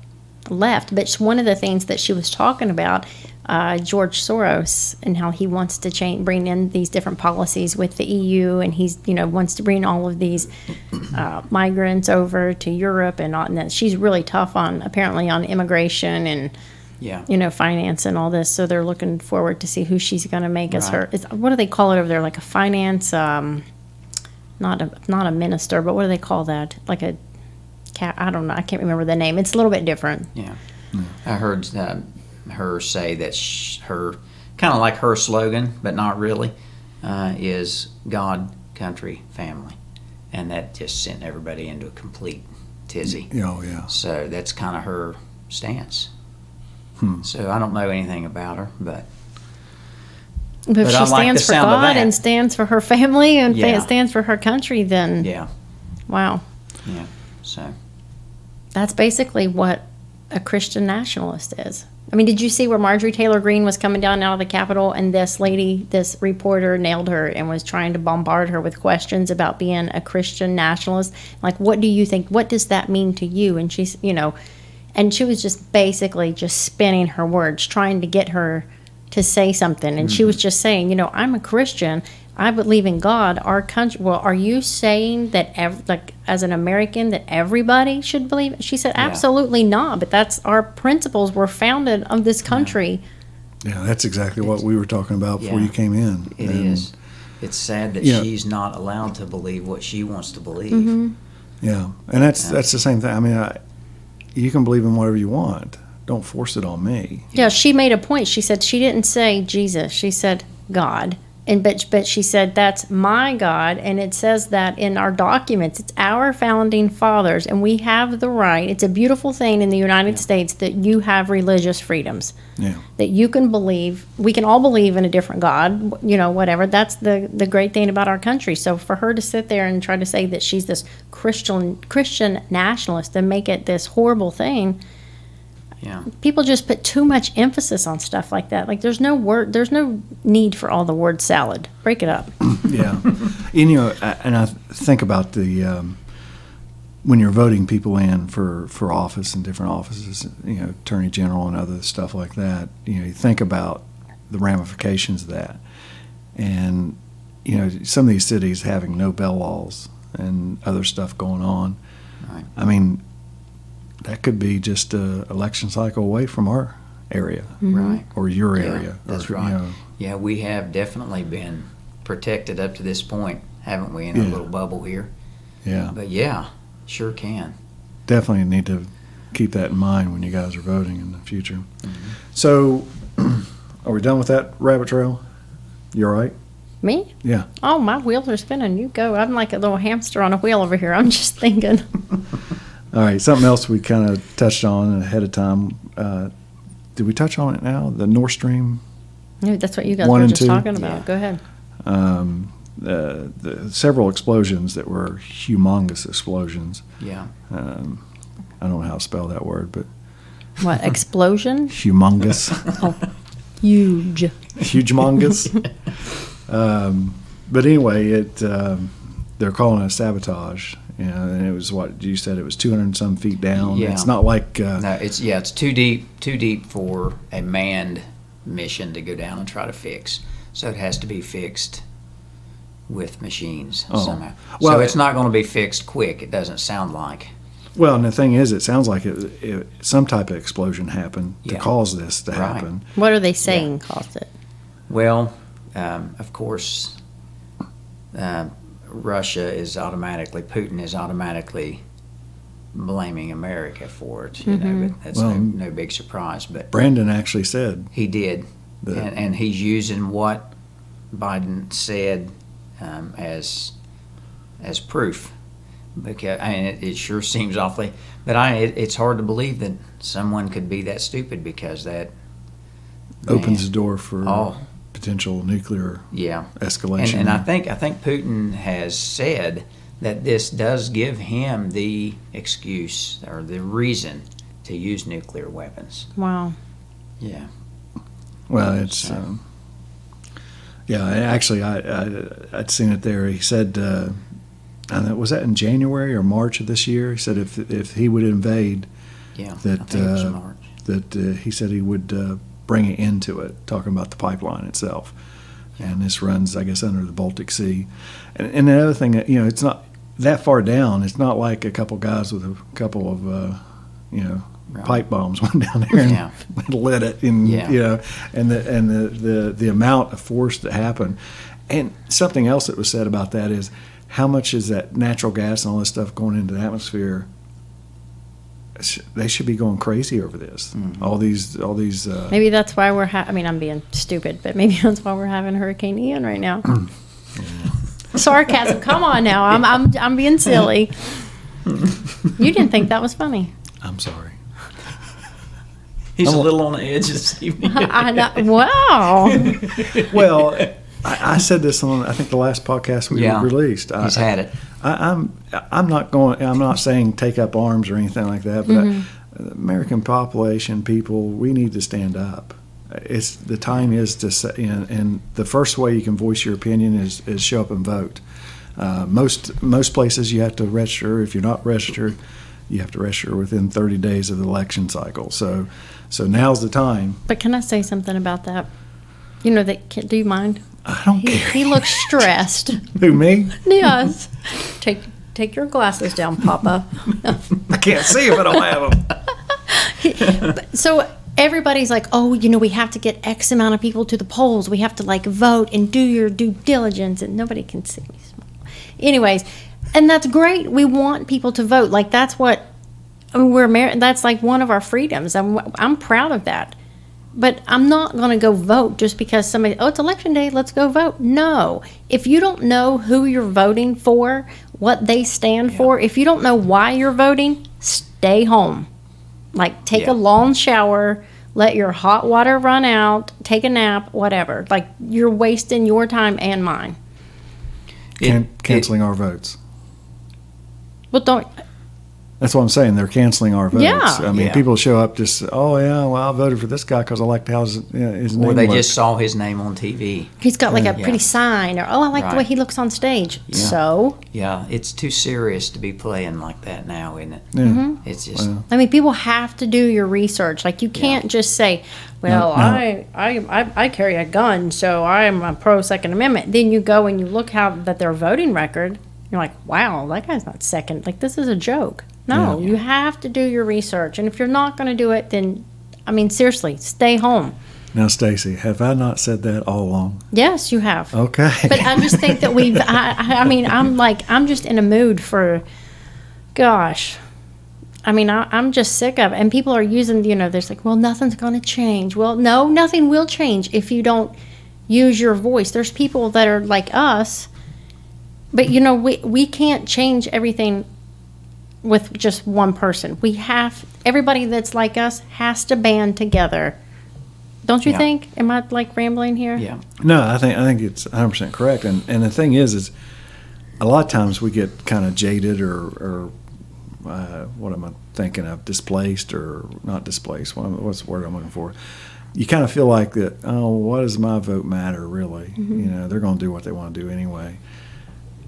S3: left. But it's one of the things that she was talking about, uh, George Soros, and how he wants to change, bring in these different policies with the EU, and he's you know wants to bring all of these uh, migrants over to Europe, and, all, and that she's really tough on apparently on immigration and
S2: Yeah.
S3: you know finance and all this. So they're looking forward to see who she's going to make as her.
S2: Right.
S3: It's, what do they call it over there? Like a finance. Um, not a not a minister, but what do they call that? Like a cat? I don't know. I can't remember the name. It's a little bit different.
S2: Yeah. I heard uh, her say that sh- her, kind of like her slogan, but not really, uh, is God, country, family. And that just sent everybody into a complete tizzy.
S1: Yeah, Oh yeah.
S2: So that's kind of her stance. So I don't know anything about her, but
S3: But, if
S2: But
S3: she
S2: I like the
S3: stands for
S2: sound of
S3: God
S2: that.
S3: and stands for her family and fa-
S2: Yeah.
S3: stands for her country, then
S2: yeah,
S3: wow,
S2: yeah. So
S3: that's basically what a Christian nationalist is. I mean, did you see where Marjorie Taylor Greene was coming down out of the Capitol and this lady, this reporter, nailed her and was trying to bombard her with questions about being a Christian nationalist? Like, what do you think? What does that mean to you? And she's, you know, and she was just basically just spinning her words, trying to get her to say something. And she was just saying, you know, I'm a Christian. I believe in God. Our country. Well, are you saying that, ev- like, as an American, that everybody should believe? She said, absolutely not. But that's our principles were founded of this country.
S1: Yeah. That's exactly what we were talking about before
S2: Yeah.
S1: you came in.
S2: it is.
S1: And,
S2: It's sad that
S1: Yeah.
S2: she's not allowed to believe what she wants to believe.
S1: Yeah, and that's
S2: Yeah.
S1: that's the same thing. I mean, I, you can believe in whatever you want. Don't force it on me.
S3: Yeah, she made a point. She said she didn't say Jesus. She said God. And but but she said that's my God, and it says that in our documents. It's our founding fathers, and we have the right. It's a beautiful thing in the United States that you have religious freedoms.
S1: Yeah.
S3: That you can believe. We can all believe in a different God. You know, whatever. That's the the great thing about our country. So for her to sit there and try to say that she's this Christian Christian nationalist and make it this horrible thing,
S2: Yeah.
S3: people just put too much emphasis on stuff like that. Like there's no word, there's no need for all the word salad. Break it up.
S1: Yeah, you know, I- and I think about the um, when you're voting people in for for office and different offices, you know, attorney general and other stuff like that. You know, you think about the ramifications of that, and you know, some of these cities having no bell laws and other stuff going on.
S2: Right.
S1: I mean, that could be just a election cycle away from our area
S2: Right.
S1: or your
S2: Yeah,
S1: area.
S2: that's
S1: or,
S2: right.
S1: You know,
S2: Yeah, we have definitely been protected up to this point, haven't we, in
S1: Yeah.
S2: our little bubble here?
S1: yeah,
S2: But yeah, sure can.
S1: definitely need to keep that in mind when you guys are voting in the future. So, Are we done with that rabbit trail? You all right?
S3: Me?
S1: Yeah.
S3: Oh, my wheels are spinning. You go. I'm like a little hamster on a wheel over here. I'm just thinking.
S1: All right. Something else we kind of touched on ahead of time. Uh, did we touch on it now? The Nord Stream,
S3: No, that's what you guys
S1: One
S3: were
S1: and
S3: just
S1: two?
S3: talking about.
S2: Yeah.
S3: Go ahead.
S1: um, uh, the several explosions that were humongous explosions.
S2: Yeah.
S1: Um, I don't know how to spell that word, but
S3: What explosion?
S1: humongous,
S3: Huge.
S1: hugemongous. um, but anyway, it um, they're calling it a sabotage, you know, and it was what you said. It was two hundred and some feet down.
S2: Yeah.
S1: It's not like uh,
S2: No, it's yeah, it's too deep, too deep for a manned mission to go down and try to fix. So it has to be fixed with machines
S1: Oh.
S2: somehow.
S1: Well,
S2: so it's not going to be fixed quick. It doesn't sound like.
S1: Well, and the thing is, it sounds like it, it, some type of explosion happened to
S2: Yeah.
S1: cause this to
S2: Right.
S1: happen.
S3: What are they saying caused it?
S2: Well, um, of course, uh, Russia is automatically Putin is automatically blaming America for it. You know, but that's
S1: Well,
S2: no, no big surprise. But
S1: Brandon actually said,
S2: He did,
S1: The-
S2: and, and he's using what Biden said um, as as proof. Because I mean, it, it sure seems awfully, but I it, it's hard to believe that someone could be that stupid because that
S1: opens the door for
S2: oh
S1: potential nuclear
S2: yeah, and,
S1: escalation.
S2: and I think I think Putin has said that this does give him the excuse or the reason to use nuclear weapons.
S3: Wow.
S2: Yeah,
S1: well, it's um, yeah. I- Actually, I, I I'd seen it there. He said, uh, I don't know, was that in January or March of this year? He said if if he would invade,
S2: yeah. I
S1: That,
S2: think it was
S1: uh,
S2: March.
S1: that uh, he said he would uh, bring it into it, talking about the pipeline itself. And this runs, I guess, under the Baltic Sea. And, and the other thing, that, you know, it's not that far down. It's not like a couple guys with a couple of, uh, you know,
S2: Right.
S1: pipe bombs went down there and
S2: Yeah.
S1: lit it. And
S2: Yeah.
S1: you know, and the and the, the the amount of force that happened. And something else that was said about that is how much is that natural gas and all this stuff going into the atmosphere? Sh- They should be going crazy over this.
S2: Mm-hmm.
S1: All these, all these. Uh,
S3: Maybe that's why we're. Ha- I mean, I'm being stupid, but maybe that's why we're having Hurricane Ian right now. Sarcasm. Come on now. I'm I'm I'm being silly. You didn't think that was funny.
S1: I'm sorry.
S2: He's
S1: I'm-
S2: a little on the edge this evening.
S3: I know. Wow.
S1: Well, I, I said this on I think the last podcast we
S2: Yeah.
S1: released. I,
S2: He's had it.
S1: I, I'm I'm not going. I'm not saying take up arms or anything like that. But I, the American population, people, we need to stand up. It's the time is to say, and, and the first way you can voice your opinion is, is show up and vote. Uh, most most places you have to register. If you're not registered, you have to register within 30 days of the election cycle. So so now's the time.
S3: But can I say something about that? You know that. kid- Do you mind?
S1: I don't
S3: He,
S1: care.
S3: he looks stressed.
S1: Who me?
S3: Yes. Take take your glasses down, Papa.
S1: I can't see if I don't have them.
S3: So everybody's like, oh, you know, we have to get X amount of people to the polls. We have to like vote and do your due diligence, and nobody can see me. smile. Anyways, and that's great. We want people to vote. Like that's what I mean, we're Amer- That's like one of our freedoms. I'm I'm proud of that. But I'm not going to go vote just because somebody, oh, it's election day, let's go vote. No. If you don't know who you're voting for, what they stand for, if you don't know why you're voting, stay home. Like, take
S2: Yeah.
S3: a long shower, let your hot water run out, take a nap, whatever. Like, you're wasting your time and mine.
S1: Can,
S2: It- it-
S1: canceling our votes.
S3: Well, don't,
S1: That's what I'm saying. They're canceling our votes.
S3: Yeah.
S1: I mean,
S2: Yeah.
S1: people show up just, oh yeah, well I voted for this guy because I liked how his, you know, his
S2: Or
S1: name
S2: they
S1: looked."
S2: just saw his name on TV.
S3: he's got like a
S2: Mm, Yeah.
S3: pretty sign, or, oh, I like the way
S2: Right.
S3: he looks on stage. So,
S2: Yeah, it's too serious to be playing like that now, isn't it?
S1: Yeah.
S3: Mm-hmm.
S2: It's just
S3: I mean, people have to do your research. Like, you can't just say, "Well,
S1: No, no.
S3: I, I, I, I carry a gun, so I'm a pro Second Amendment." Then you go and you look how that their voting record. You're like, "Wow, that guy's not second. Like, this is a joke." No, you have to do your research, and if you're not going to do it, then, I mean, seriously, stay home.
S1: Now, Stacy, have I not said that all along?
S3: Yes, you have.
S1: Okay.
S3: But I just think that we've. I, I I mean, I'm like, I'm just in a mood for, gosh, I mean, I, I'm just sick of it. And people are using, you know, there's like, well, nothing's going to change. Well, no, nothing will change if you don't use your voice. There's people that are like us, but you know, we, we can't change everything with just one person. We have, everybody that's like us has to band together. Don't you
S2: Yeah.
S3: think? Am I like rambling here?
S2: Yeah.
S1: No, I think I think it's 100 percent correct. And and the thing is, is a lot of times we get kind of jaded or or uh, what am I thinking of? Displaced or not displaced? What, am- what's the word I'm looking for? You kind of feel like that. Oh, what does my vote matter really?
S3: Mm-hmm.
S1: You know, they're going to do what they want to do anyway.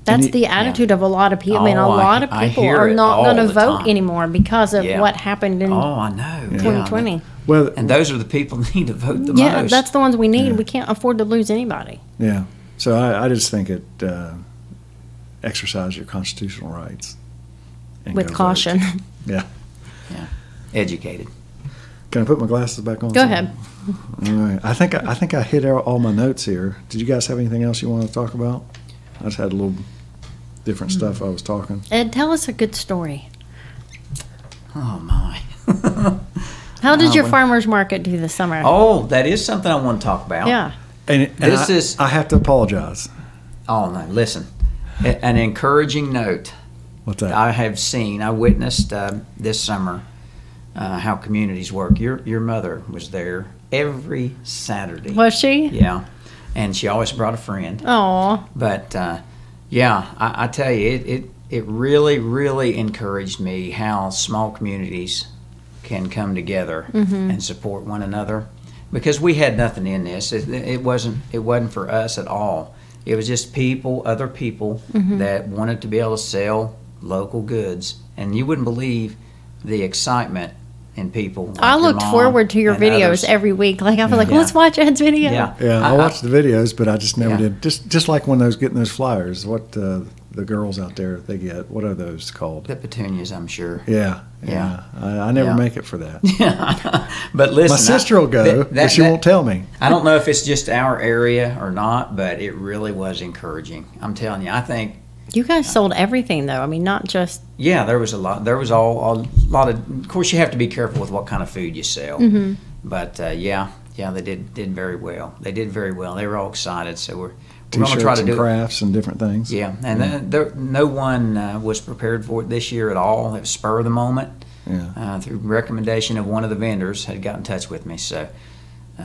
S3: That's
S1: you-
S3: the attitude of a lot of people. I mean, a
S2: Oh, I-
S3: lot of
S2: I
S3: people
S2: hear
S3: are
S2: it
S3: not
S2: all
S3: going to
S2: the
S3: vote
S2: time.
S3: anymore because of
S2: Yeah.
S3: what happened in
S2: Oh, I know. Yeah.
S3: 2020.
S1: Well,
S2: And those are the people that need to vote the
S3: yeah,
S2: most.
S3: that's the ones we need. We can't afford to lose anybody.
S1: yeah. So I, I just think it uh, exercise your constitutional rights and
S3: With
S1: go vote.
S3: caution.
S1: Yeah.
S2: educated.
S1: Can I put my glasses back on?
S3: Go
S1: so-
S3: ahead.
S1: All right. I think I think I hit all all my notes here. Did you guys have anything else you want to talk about? I just had a little different
S3: Hmm.
S1: stuff I was talking.
S3: Ed, tell us a good story.
S2: Oh my.
S3: How did
S2: Uh,
S3: your
S2: when-
S3: farmers market do this summer?
S2: Oh, that is something I want to talk about.
S3: yeah.
S1: And, and
S2: This
S1: I,
S2: is-
S1: I have to apologize.
S2: Oh no, listen. A- An encouraging note
S1: What's that?
S2: I have seen, I witnessed uh, this summer uh, how communities work. Your your mother was there every Saturday.
S3: Was she?
S2: Yeah, and she always brought a friend.
S3: Oh,
S2: But uh, yeah, I, I tell you, it, it it really really encouraged me how small communities can come together
S3: Mm-hmm.
S2: and support one another because we had nothing in this. It, it wasn't it wasn't for us at all. It was just people, other people
S3: Mm-hmm.
S2: that wanted to be able to sell local goods, and you wouldn't believe the excitement in people. like
S3: I
S2: your
S3: looked
S2: mom
S3: forward to your
S2: and
S3: videos
S2: others.
S3: every week. Like I was like,
S2: Yeah.
S3: let's watch Ed's video.
S2: Yeah,
S1: yeah, I,
S2: I- I-
S1: watched the videos, but I just never
S2: Yeah.
S1: did. Just just like when those getting those flyers, what uh, the girls out there they get. What are those called?
S2: the petunias, I'm sure.
S1: Yeah,
S2: Yeah.
S1: I, I never
S2: Yeah.
S1: make it for that.
S2: but listen,
S1: My sister will
S2: I-
S1: go,
S2: that-
S1: but
S2: that-
S1: she
S2: that-
S1: won't tell me.
S2: I don't know if it's just our area or not, but it really was encouraging. I'm telling you, I think
S3: You guys sold everything though. I mean, not just
S2: yeah, there was a lot. There was all a lot of. Of course, you have to be careful with what kind of food you sell.
S3: Mm.
S2: But uh, yeah, yeah, they did did very well. They did very well. They were all excited, so we're we're going to
S1: T-shirts
S2: try to
S1: and
S2: do. it.
S1: crafts and different things.
S2: Yeah, and then there, no one uh, was prepared for it this year at all. It was spur of the moment.
S1: Yeah.
S2: uh, through recommendation of one of the vendors had got in touch with me. So,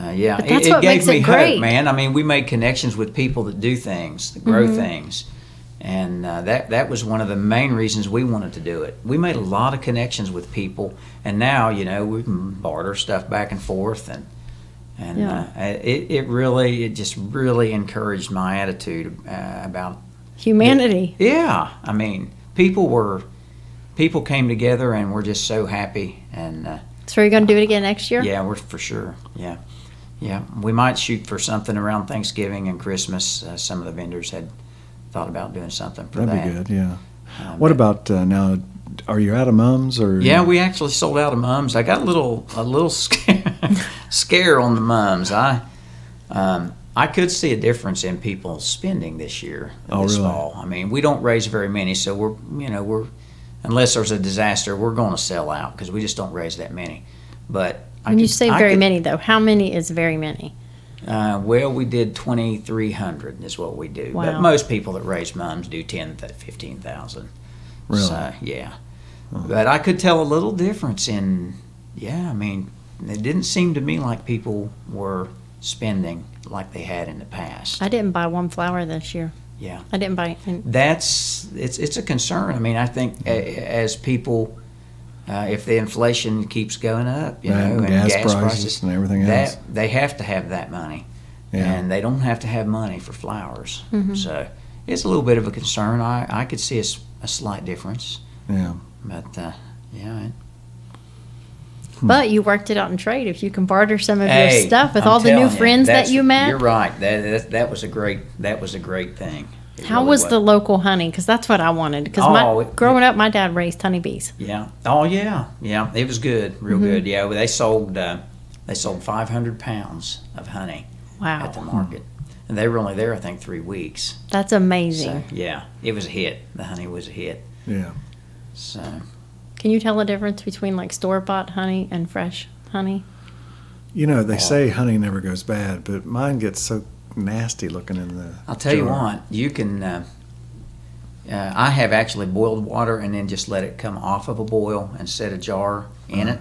S2: uh, yeah,
S3: But that's
S2: it, it
S3: what
S2: gave
S3: makes
S2: me
S3: it
S2: hope,
S3: great.
S2: man. I mean, we made connections with people that do things, that
S3: Mm-hmm.
S2: grow things, and uh, that that was one of the main reasons we wanted to do it. We made a lot of connections with people, and now you know we can barter stuff back and forth and. And
S3: Yeah.
S2: uh, it, it really, it just really encouraged my attitude uh, about
S3: humanity.
S2: yeah, I mean, people were, people came together and we're just so happy. And uh,
S3: So you're going to do it again next year?
S2: yeah, we're for sure. Yeah, yeah. We might shoot for something around Thanksgiving and Christmas. Uh, some of the vendors had thought about doing something for
S1: That'd
S2: that.
S1: be good. Yeah.
S2: Um,
S1: What about uh, now? Are you out of mums or?
S2: Yeah, we actually sold out of mums. I got a little a little scare, scare on the mums. I um, I could see a difference in people spending this year
S1: Oh,
S2: this
S1: really?
S2: fall. I mean, we don't raise very many, so we're you know we're unless there's a disaster, we're going to sell out because we just don't raise that many. But I
S3: When you
S2: could-
S3: say
S2: I
S3: very
S2: could-
S3: many though, how many is very many?
S2: uh, well, we did twenty three hundred is what we do.
S3: Wow.
S2: But most people that raise mums do ten to fifteen thousand.
S1: Really?
S2: So, yeah. But I could tell a little difference in, yeah, I mean, it didn't seem to me like people were spending like they had in the past.
S3: I didn't buy one flower this year.
S2: Yeah.
S3: I didn't buy. And
S2: That's, it's, it's a concern. I mean, I think a, a- as people, uh, if the inflation keeps going up, you
S1: Right,
S2: know,
S1: and
S2: and
S1: gas
S2: gas,
S1: prices
S2: prices
S1: and everything else.
S2: that, they have to have that money.
S1: Yeah.
S2: And they don't have to have money for flowers.
S3: Mm-hmm.
S2: So it's a little bit of a concern. I, I could see a, s- a slight difference.
S1: Yeah.
S2: But uh, yeah, it-
S3: But you worked it out in trade. If you can barter some of your
S2: Hmm. Hey,
S3: stuff with
S2: I'm
S3: all the new
S2: telling you,
S3: friends that
S2: that's-
S3: you met.
S2: You're right. That, that that was a great that was a great thing. It
S3: How
S2: really
S3: was the local honey? Because that's what I wanted. Because
S2: Oh,
S3: my
S2: it-
S3: growing up, my dad raised honeybees.
S2: Yeah. Oh yeah. Yeah. It was good.
S3: Mm-hmm.
S2: Real good. Yeah. Well, They sold uh, they sold 500 pounds of honey at the
S3: Wow,
S2: market, and they were only there I think three weeks.
S3: that's
S2: So
S3: amazing.
S2: yeah, it was a hit. The honey was a hit.
S1: Yeah.
S2: So
S3: Can you tell the difference between like store bought honey and fresh honey?
S1: You know, they say honey never goes bad, but mine gets so nasty looking in the.
S2: I'll tell you
S1: jar.
S2: what, you can. Uh, uh, I have actually boiled water and then just let it come off of a boil and set a jar in
S1: Uh-huh.
S2: it,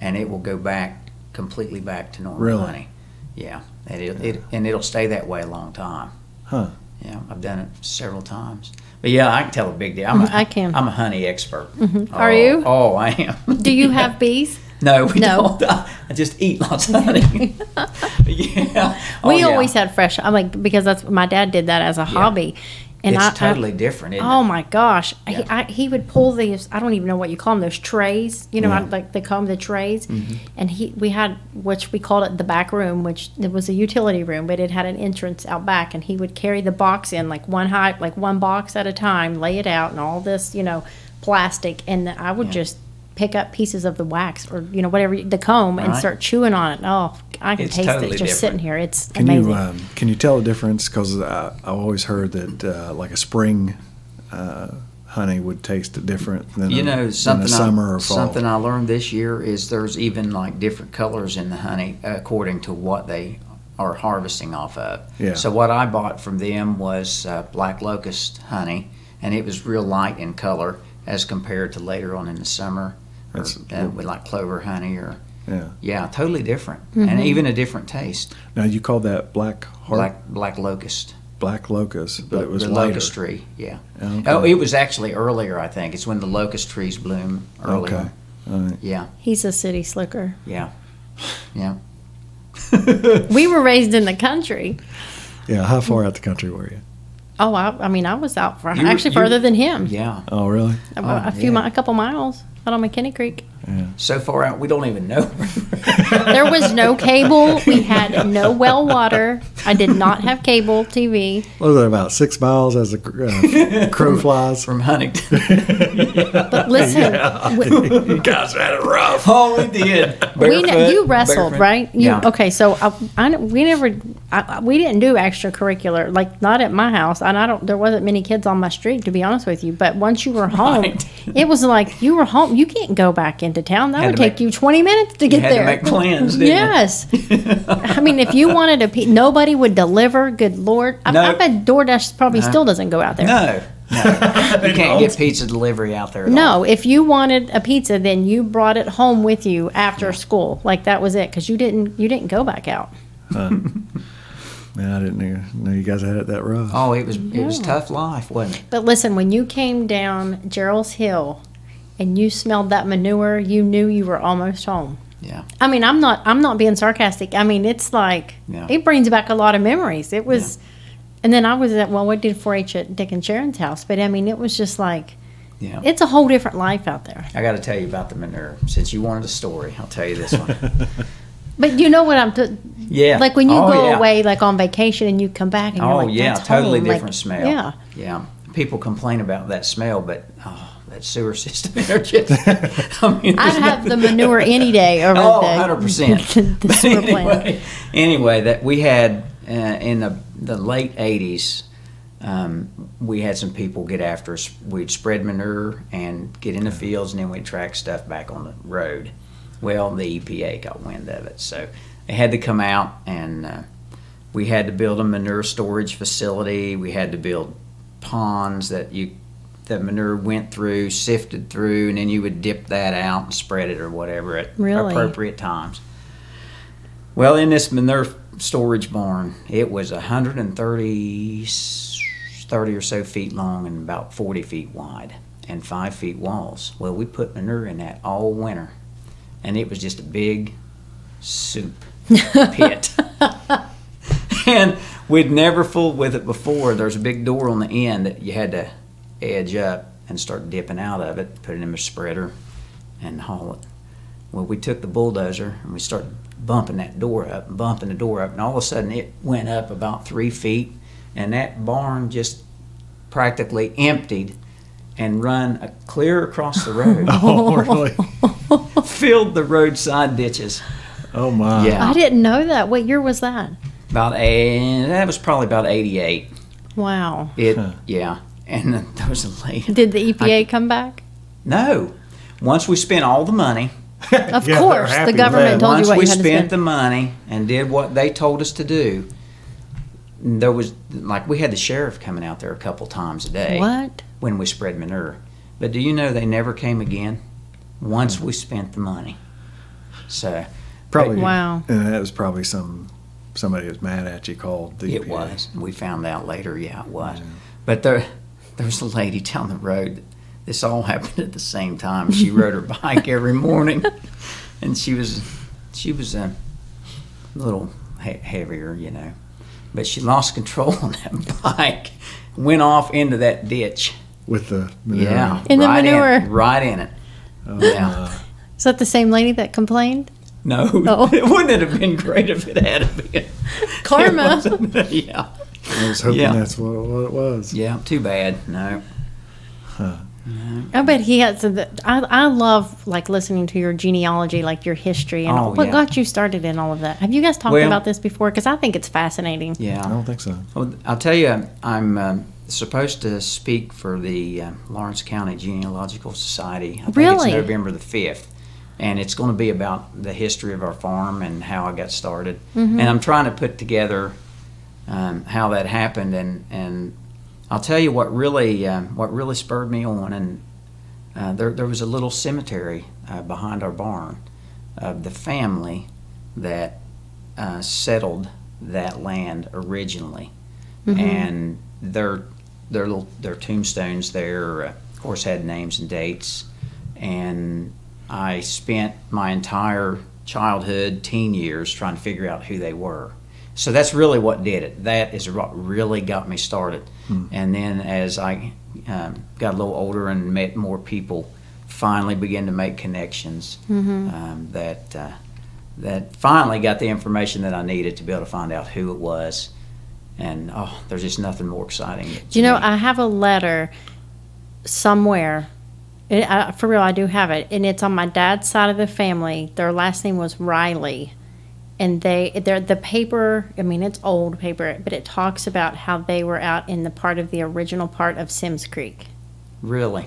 S2: and it will go back completely back to normal
S1: Really?
S2: honey. Yeah, and it, it and it'll stay that way a long time.
S1: Huh.
S2: Yeah, I've done it several times. But yeah, I can tell a big deal. I'm a,
S3: Mhm, I can. Mm-hmm.
S2: I'm a honey expert.
S3: Are
S2: Oh,
S3: you?
S2: Oh, I am.
S3: Do you
S2: Yeah.
S3: have bees?
S2: No, we
S3: No.
S2: don't. I just eat lots of honey. yeah. Oh,
S3: we
S2: yeah.
S3: always had fresh. I'm like because that's my dad did that as a hobby, and
S2: It's
S3: I I-
S2: totally different. Isn't
S3: Oh
S2: it?
S3: my gosh,
S2: Yeah.
S3: he, I, he would pull these. I don't even know what you call them. Those trays, you know, I,
S1: Yeah.
S3: like they call them the trays.
S2: Mm-hmm.
S3: And he, we had which we called it the back room, which it was a utility room, but it had an entrance out back. And he would carry the box in like one high, like one box at a time, lay it out, and all this, you know, plastic. And I would
S2: Yeah.
S3: just pick up pieces of the wax or you know whatever the comb and
S2: Right.
S3: start chewing on it. Oh, I can
S2: It's
S3: taste
S2: totally
S3: it just sitting
S2: different.
S3: here. It's
S1: Can
S3: amazing.
S1: you um, can you tell the difference? Because I I've always heard that uh, like a spring uh, honey would taste different than
S2: You
S1: a,
S2: know
S1: than a
S2: something.
S1: summer
S2: I,
S1: or fall.
S2: Something I learned this year is there's even like different colors in the honey according to what they are harvesting off of.
S1: Yeah.
S2: So what I bought from them was uh, black locust honey, and it was real light in color as compared to later on in the summer, or,
S1: That's-
S2: uh, with like clover honey or
S1: Yeah.
S2: yeah, totally different, and even a different taste.
S1: Now you call that black heart, black,
S2: Black black locust,
S1: locust, but it was
S2: the
S1: lighter.
S2: locust tree. Yeah.
S1: Okay.
S2: Oh, it was actually earlier. I think it's when the locust trees bloom earlier.
S1: Okay. All right.
S2: Yeah,
S3: He's a city slicker.
S2: yeah, yeah.
S3: We were raised in the country.
S1: Yeah. How far out the country were you?
S3: Oh, I, I mean, I was out for
S2: You were-
S3: actually
S2: you-
S3: further than him.
S2: Yeah,
S1: Oh, really?
S3: A,
S2: Oh,
S3: a few,
S2: yeah.
S3: mi- a couple miles out on McKinney Creek.
S2: so far out we don't even know.
S3: There was no cable. We had no well water. I did not have cable TV,
S1: What was it about six miles as the uh, crow flies?
S2: from Huntington.
S3: but listen, we,
S1: you guys had it rough.
S2: oh, we did.
S3: we kn-
S2: Barefoot,
S3: you wrestled,
S2: barefoot.
S3: right? You,
S2: yeah.
S3: Okay, so I, I n- we never, I, I- we didn't do extracurricular, like not at my house, and I don't. There wasn't many kids on my street, to be honest with you. But once you were home,
S2: Right.
S3: it was like you were home. You can't go back into town. That
S2: Had
S3: would
S2: to
S3: take
S2: make-
S3: you twenty minutes to get
S2: had to
S3: there.
S2: make plans, didn't you?
S3: yes. I mean, if you wanted a, pe- nobody would deliver. Good lord, I, I
S2: No.
S3: bet DoorDash probably
S2: No.
S3: still doesn't go out there.
S2: No, no, you can't get pizza delivery out there. At all.
S3: No, if you wanted a pizza, then you brought it home with you after school. Like that was it, because you didn't you didn't go back out.
S1: Man, I didn't know, know you guys had it that rough.
S2: Oh, it was it was tough life, wasn't it?
S3: But listen, when you came down Gerald's Hill and you smelled that manure, you knew you were almost home.
S2: Yeah.
S3: I mean, I'm not I'm not being sarcastic. I mean, it's like
S2: Yeah.
S3: it brings back a lot of memories. It was and then I was at well, we did 4-H at Dick and Sharon's house, but I mean, it was just like
S2: Yeah.
S3: it's a whole different life out there.
S2: I got to tell you about the manure. Since you wanted a story, I'll tell you this one.
S3: But you know what I'm t-
S2: Yeah.
S3: like when you
S2: Oh,
S3: go
S2: yeah.
S3: away like on vacation and you come back and
S2: Oh
S3: you're like,
S2: yeah,
S3: That's
S2: totally
S3: home," like,
S2: different smell.
S3: Yeah.
S2: Yeah. People complain about that smell, but oh, that sewer system there just I mean
S3: I'd
S2: there's
S3: have the
S2: nothing-
S3: manure any day over
S2: Oh,
S3: the
S2: 100%.
S3: the sewer plant.
S2: anyway, anyway, that we had uh, in the, the late 80s, um, we had some people get after us. We'd spread manure and get in the fields, and then we'd track stuff back on the road. Well, the EPA got wind of it, so they had to come out, and uh, we had to build a manure storage facility. We had to build ponds that you that manure went through, sifted through, and then you would dip that out and spread it or whatever at
S3: Really?
S2: appropriate times. Well, in this manure storage barn, it was 130 s- 30 or so feet long and about 40 feet wide and five feet walls. Well, we put manure in that all winter, and it was just a big soup pit. and we'd never fooled with it before. There's a big door on the end that you had to edge up and start dipping out of it, put it in a spreader, and haul it. Well, we took the bulldozer and we started bumping that door up and bumping the door up, and all of a sudden it went up about three feet, and that barn just practically emptied and run a, clear across the road,
S1: Oh, really?
S2: filled the roadside ditches.
S1: Oh my.
S2: Yeah.
S3: I didn't know that. What year was that?
S2: About a, that was probably about 88.
S3: Wow.
S2: It,
S1: Huh.
S2: yeah. And there was a lady.
S3: E Did the EPA come back?
S2: No. Once we spent all the money,
S3: Of
S1: Yeah, they're
S3: course,
S1: happy with
S3: the government
S1: that.
S3: told you
S2: once
S3: what
S2: we
S3: you had to
S2: spent
S3: spend.
S2: the money and did what they told us to do, there was like we had the sheriff coming out there a couple times a day
S3: What?
S2: when we spread manure. But do you know they never came again? Once we spent the money, so Oh,
S1: Probably.
S3: Wow.
S1: And that was probably some somebody was mad at you called DPS.
S2: It was. We found out later, yeah, it was. But there, there was a lady down the road. that- This all happened at the same time. She rode her bike every morning, and she was, she was a little he- heavier, you know. But she lost control on that bike, went off into that ditch.
S1: with the manure. Oh,
S2: Yeah,
S3: In the
S2: right
S3: manure.
S2: in, right in it. yeah.
S3: Is that the same lady that complained?
S2: No,
S3: Oh.
S2: wouldn't it have been great if it had been?
S3: Karma.
S2: yeah.
S1: I was hoping
S2: Yeah.
S1: that's what, what it was.
S2: Yeah, too bad. No.
S3: I bet he has. The, I I love like listening to your genealogy, like your history, and
S2: Oh,
S3: what
S2: yeah.
S3: got you started in all of that. Have you guys talked
S2: Well-
S3: about this before? Because I think it's fascinating.
S1: I
S2: Yeah.
S1: don't think so.
S2: Well, I'll tell you, I'm um supposed to speak for the uh, Lawrence County Genealogical Society. I think
S3: Really?
S2: It's November the 5th. And it's going to be about the history of our farm and how I got started. And I'm trying to put together um, how that happened. And, and I'll tell you what really, um, what really spurred me on. And uh, there, there was a little cemetery uh, behind our barn of the family that uh, settled that land originally, and their their little, their tombstones there, uh, of course, had names and dates. And I spent my entire childhood, teen years, trying to figure out who they were. So that's really what did it. That is what really got me started. And then as I um, got a little older and met more people, finally began to make connections
S3: Mm-hmm.
S2: um, that. Uh, that finally got the information that I needed to be able to find out who it was. And oh, there's just nothing more exciting.
S3: Do you know,
S2: Mm-hmm.
S3: I have a letter somewhere. It, I, for real, I do have it, and it's on my dad's side of the family. Their last name was Riley, and they they're the paper. I mean, it's old paper, but it talks about how they were out in the part of the original part of Sims Creek.
S2: really,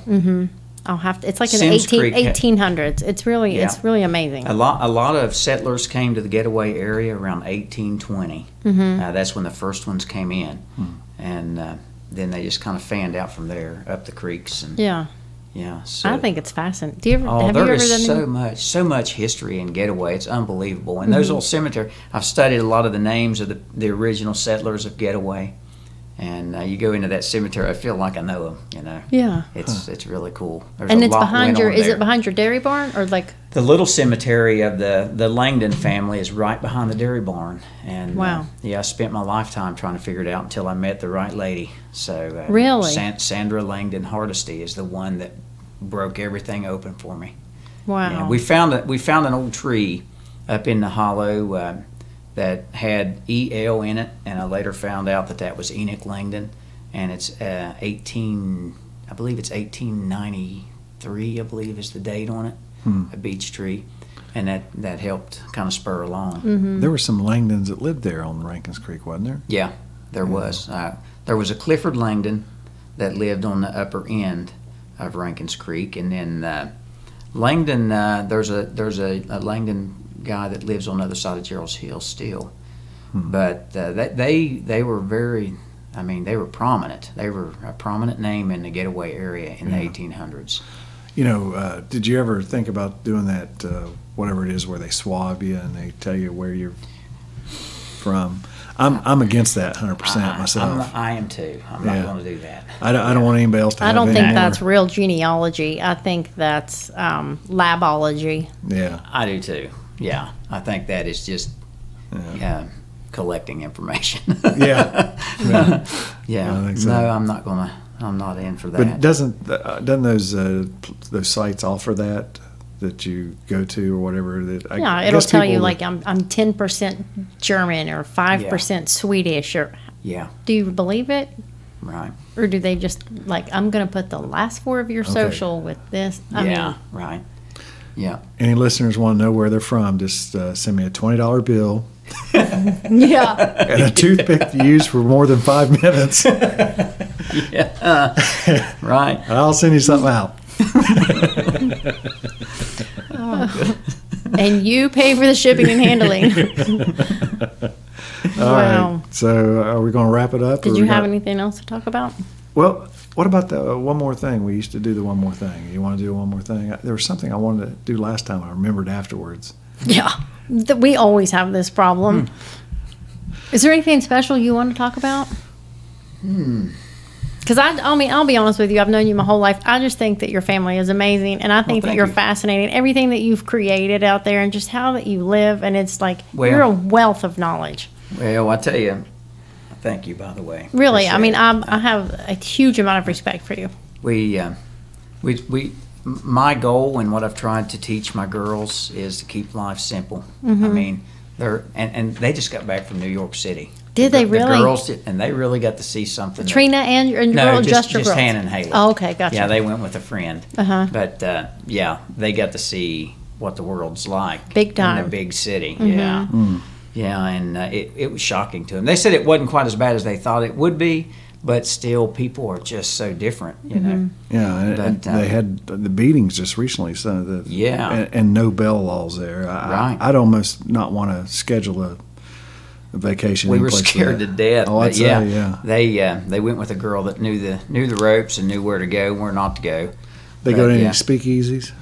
S3: I'll have to. It's like in the
S2: Sims
S3: 18,
S2: Creek had-
S3: 1800s. It's really
S2: Yeah.
S3: it's really amazing.
S2: a lot a lot of settlers came to the getaway area around 1820. Mm-hmm. Uh, that's when the first ones came in, and uh, then they just kind of fanned out from there up the creeks and
S3: Yeah,
S2: yeah. So
S3: I think it's fascinating. Do you ever
S2: Oh,
S3: have you
S2: there
S3: ever
S2: is
S3: done?
S2: so
S3: any-
S2: much, so much history in Getaway. It's unbelievable. And
S3: Mm-hmm.
S2: those old cemetery, I've studied a lot of the names of the, the original settlers of Getaway, and uh, you go into that cemetery, I feel like I know them. You know,
S3: Yeah,
S2: it's it's really cool. There's
S3: and
S2: a
S3: it's
S2: lot
S3: behind
S2: went
S3: your.
S2: on
S3: Is
S2: there.
S3: it behind your dairy barn or like?
S2: the little cemetery of the the Langdon family is right behind the dairy barn. And uh,
S3: Wow.
S2: yeah, I spent my lifetime trying to figure it out until I met the right lady. So uh,
S3: Really?
S2: San- Sandra Langdon Hardesty is the one that broke everything open for me.
S3: Wow.
S2: Yeah, we found a, we found an old tree up in the hollow uh, that had EL in it, and I later found out that that was Enoch Langdon, and it's uh, 18, I believe it's 1893, I believe is the date on it, a beech tree, and that that helped kind of spur along.
S1: There were some Langdons that lived there on Rankins Creek, wasn't there?
S2: Yeah, there
S1: Mm-hmm.
S2: was. Uh, there was a Clifford Langdon that lived on the upper end of Rankins Creek, and then uh, Langdon. Uh, there's a there's a, a Langdon guy that lives on the other side of Gerald's Hill still,
S1: Hmm.
S2: but uh, they, they they were very. I mean, they were prominent. They were a prominent name in the getaway area in the 1800s.
S1: You know, uh, did you ever think about doing that, uh, whatever it is, where they swab you and they tell you where you're from? I'm, I'm against that 100%
S3: Ah,
S2: I, I'm,
S1: myself.
S2: not- I am too. I'm
S1: Yeah.
S2: not going to do that.
S1: I don't, I don't want anybody else to
S3: I
S1: have
S3: don't
S1: any
S3: think
S1: more-
S3: that's real genealogy. I think that's um, labology.
S1: Yeah.
S2: I do too. Yeah, I think that is just um, collecting information.
S1: Yeah.
S2: Yeah.
S1: I think so.
S2: No, I'm not gonna. I'm not in for
S1: But
S2: that.
S1: doesn't th- uh, doesn't those uh, pl- those sites offer that that you go to or whatever that? I,
S3: Yeah,
S1: I
S3: it'll
S1: guess
S3: tell you
S1: people-
S3: like I'm I'm ten percent German or five percent Swedish or
S2: yeah.
S3: do you believe it
S2: Right.
S3: or do they just like I'm gonna put the last four of your social with this? I
S2: yeah.
S3: mean,
S2: right. Yeah.
S1: any listeners want to know where they're from, just uh, send me a twenty dollar bill
S3: yeah,
S1: and a toothpick to use for more than five minutes, and
S2: Right.
S1: I'll send you something out.
S3: and you pay for the shipping and handling.
S1: All right.
S3: wow.
S1: So are we going to wrap it up? or
S3: Did you
S1: we
S3: have
S1: got-
S3: anything else to talk about?
S1: Well, what about the uh, one more thing? We used to do the one more thing. You want to do one more thing? There was something I wanted to do last time. I remembered afterwards.
S3: Yeah. Th- We always have this problem. Is there anything special you want to talk about?
S2: Hmm.
S3: Because I, I mean, I'll be honest with you. I've known you my whole life. I just think that your family is amazing, and I think that
S2: thank
S3: you're
S2: you.
S3: fascinating. Everything that you've created out there, and just how that you live, and it's like
S2: Well-
S3: you're a wealth of knowledge.
S2: Well, I tell you, thank you, by the way.
S3: Really, I
S2: Appreciate
S3: mean,
S2: it.
S3: I'm, I have a huge amount of respect for you.
S2: we uh, we we m- my goal and what I've tried to teach my girls is to keep life simple.
S3: Mm-hmm.
S2: I mean, they're and, and they just got back from New York City.
S3: Did
S2: The-
S3: they
S2: The
S3: really?
S2: girls did, and they really got to see something. that-
S3: Trina and your and your
S2: no,
S3: girl,
S2: just,
S3: just your
S2: just
S3: girls.
S2: Hannah and Haley.
S3: Oh, okay, gotcha.
S2: Yeah, they went with a friend.
S3: Uh-huh.
S2: But uh, yeah, they got to see what the world's like.
S3: Big
S2: In
S3: time. Mm-hmm.
S2: the big city. Yeah. Yeah, and uh, it, it was shocking to them. They said it wasn't quite as bad as they thought it would be, but still, people are just so different, you
S3: Mm-hmm.
S2: know.
S1: Yeah, and, and
S2: But, uh,
S1: they had the beatings just recently. So the,
S2: Yeah.
S1: and, and no bell laws there. I,
S2: Right.
S1: I, I'd almost not want to schedule a, a vacation.
S2: We
S1: any
S2: were
S1: place
S2: scared
S1: like
S2: to
S1: that.
S2: death.
S1: Oh, I'd
S2: but yeah,
S1: say, yeah.
S2: They uh, they went with a girl that knew the knew the ropes and knew where to go, and where not to go.
S1: They go to
S2: But,
S1: any
S2: yeah.
S1: speakeasies?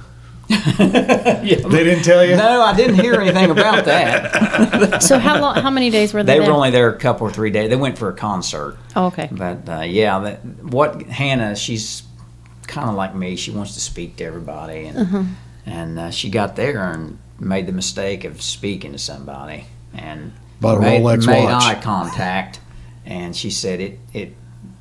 S1: They didn't tell you.
S2: No, I didn't hear anything about that.
S3: So how long? How many days were they?
S2: They were
S3: there?
S2: only there a couple or three days. They went for a concert.
S3: Oh, okay.
S2: But uh, yeah, that, what Hannah, she's kind of like me. She wants to speak to everybody, and
S3: Mm-hmm.
S2: and uh, she got there and made the mistake of speaking to somebody and
S1: Bought a
S2: made,
S1: Rolex
S2: made
S1: watch.
S2: eye contact, and she said it it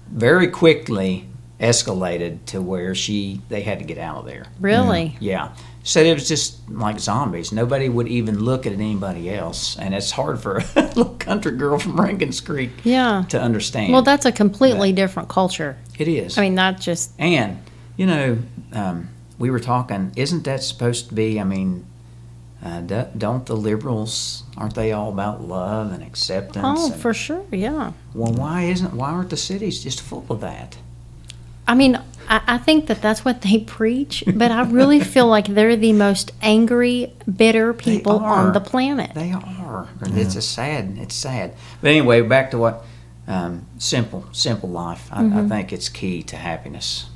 S2: very quickly escalated to where she they had to get out of there.
S3: Really?
S2: Yeah. Said it was just like zombies. Nobody would even look at anybody else, and it's hard for a little country girl from Rankin's Creek
S3: Yeah.
S2: to understand.
S3: Well, that's a completely different culture.
S2: It is.
S3: I mean, not just
S2: and you know, um, we were talking. Isn't that supposed to be? I mean, uh, do, don't the liberals? Aren't they all about love and acceptance?
S3: oh,
S2: and-
S3: for sure, yeah.
S2: well, why isn't? Why aren't the cities just full of that?
S3: I mean, I, I think that that's what they preach, but I really feel like they're the most angry, bitter
S2: They
S3: people on
S2: are.
S3: the planet.
S2: They are. And It's a sad. It's sad. But anyway, back to what um, simple, simple life. I,
S3: Mm-hmm.
S2: I think it's key to happiness.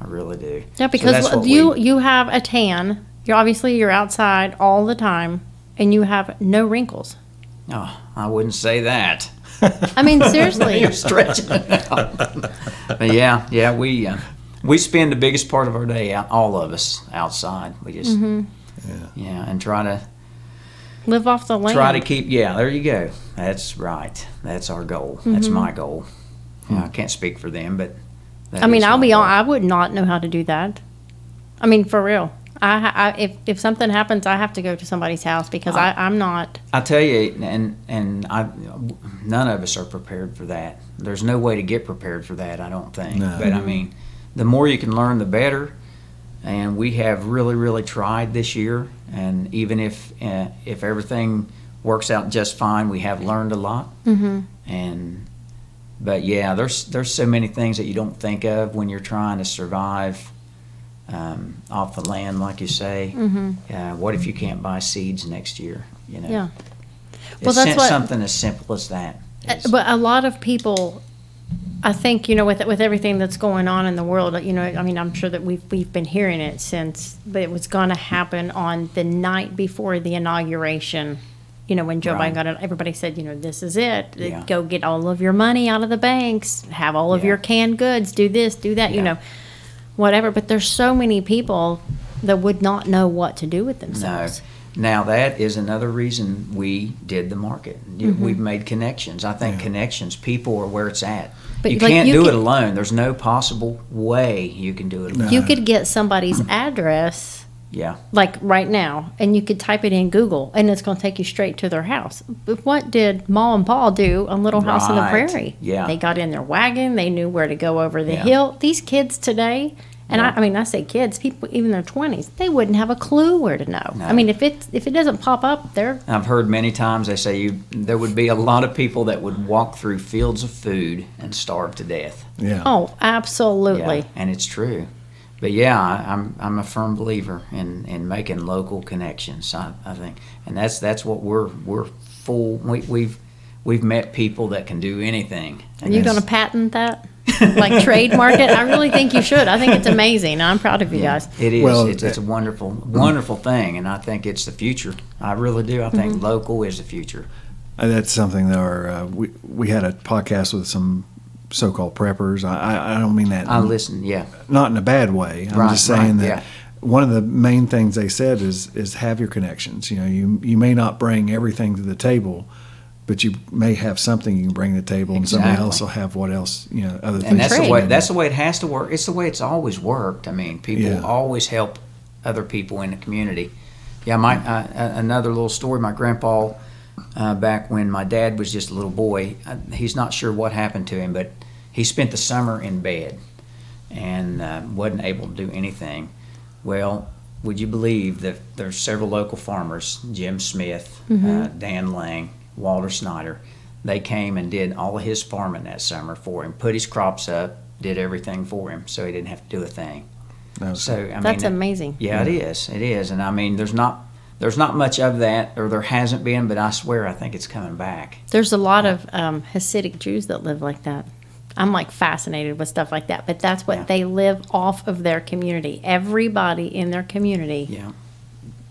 S2: I really do.
S3: yeah,
S2: So
S3: because
S2: that's what
S3: you
S2: we-
S3: you have a tan. You're obviously you're outside all the time, and you have no wrinkles.
S2: oh, I wouldn't say that.
S3: I mean, seriously.
S2: You're stretching it out. but yeah, yeah, we uh, we spend the biggest part of our day out, all of us outside. We just yeah. and try to
S3: live off the land.
S2: try to keep yeah. There you go. That's right. That's our goal. That's my goal. Yeah, I can't speak for them, but that
S3: I mean,
S2: is
S3: I'll
S2: my
S3: be
S2: goal.
S3: on. I would not know how to do that. I mean, for real. I, ha- I if if something happens, I have to go to somebody's house because I, I'm not.
S2: I tell you, and and I, none of us are prepared for that. There's no way to get prepared for that. I don't think.
S1: No.
S2: But I mean, the more you can learn, the better. And we have really, really tried this year. And even if uh, if everything works out just fine, we have learned a lot. Mm-hmm. And but yeah, there's there's so many things that you don't think of when you're trying to survive um, off the land, like you say. Mm-hmm. Uh, what if you can't buy seeds next year? You know.
S3: Yeah.
S2: It's
S3: Well, that's
S2: sim-
S3: what-
S2: something as simple as that.
S3: Uh, But a lot of people, I think, you know, with with everything that's going on in the world, you know, I mean, I'm sure that we've we've been hearing it since, but it was going to happen on the night before the inauguration. You know, when Joe
S2: Right.
S3: Biden got it, everybody said, you know, this is it.
S2: Yeah.
S3: Go get all of your money out of the banks, have all of
S2: Yeah.
S3: your canned goods, do this, do that, you
S2: Yeah.
S3: know, whatever. But there's so many people that would not know what to do with
S2: No.
S3: themselves.
S2: Now that is another reason we did the market. You-
S3: Mm-hmm.
S2: We've made connections. I think connections, people are where it's at.
S3: But,
S2: you
S3: like,
S2: can't
S3: you
S2: do
S3: can-
S2: it alone. There's no possible way you can do it alone.
S3: You could get somebody's address
S2: Yeah.
S3: like right now, and you could type it in Google, and it's going to take you straight to their house. But what did Ma and Pa do on Little House on the
S2: Right.
S3: Prairie?
S2: Yeah.
S3: they got in their wagon. They knew where to go over the
S2: Yeah.
S3: hill. These kids today, and I, I mean, I say kids, people even their twenties, they wouldn't have a clue where to know. I
S2: No.
S3: mean, if it if it doesn't pop up, they're
S2: I've heard many times they say you there would be a lot of people that would walk through fields of food and starve to death.
S1: Yeah.
S3: oh, absolutely.
S2: Yeah, and it's true. but yeah, I- I'm I'm a firm believer in, in making local connections. I, I think, and that's that's what we're we're full. We, we've we've met people that can do anything.
S3: Are you going to patent that? like trademark it? I really think you should. I think it's amazing. I'm proud of you guys.
S2: It is.
S1: Well,
S2: it's, it's a wonderful, wonderful thing, and I think it's the future. I really do. I think local is the future.
S1: Uh, That's something that our uh, we we had a podcast with some so-called preppers. I I- I don't mean that
S2: I listen. Yeah,
S1: not in a bad way. I'm
S2: Right,
S1: just saying
S2: right,
S1: that
S2: yeah.
S1: one of the main things they said is is have your connections. You know, you you may not bring everything to the table, but you may have something you can bring to the table, and somebody
S2: Exactly.
S1: else will have what else you know other things.
S2: and that's
S1: to
S2: the
S3: Trade.
S2: way.
S1: bring.
S2: That's the way it has to work. It's the way it's always worked. I mean, people
S1: Yeah.
S2: always help other people in the community. Yeah, my uh, another little story. My grandpa, uh, back when my dad was just a little boy, uh, he's not sure what happened to him, but he spent the summer in bed and uh, wasn't able to do anything. Well, would you believe that there's several local farmers, Jim Smith, uh, Dan Lang, Walter Snyder, they came and did all of his farming that summer for him, put his crops up, did everything for him, so he didn't have to do a thing.
S1: That was-
S2: So I mean,
S3: That's amazing.
S2: Yeah, it is. It is, and I mean, there's not there's not much of that, or there hasn't been, but I swear, I think it's coming back.
S3: There's a lot of um, Hasidic Jews that live like that. I'm like fascinated with stuff like that, but that's what
S2: Yeah.
S3: they live off of their community. Everybody in their community,
S2: Yeah,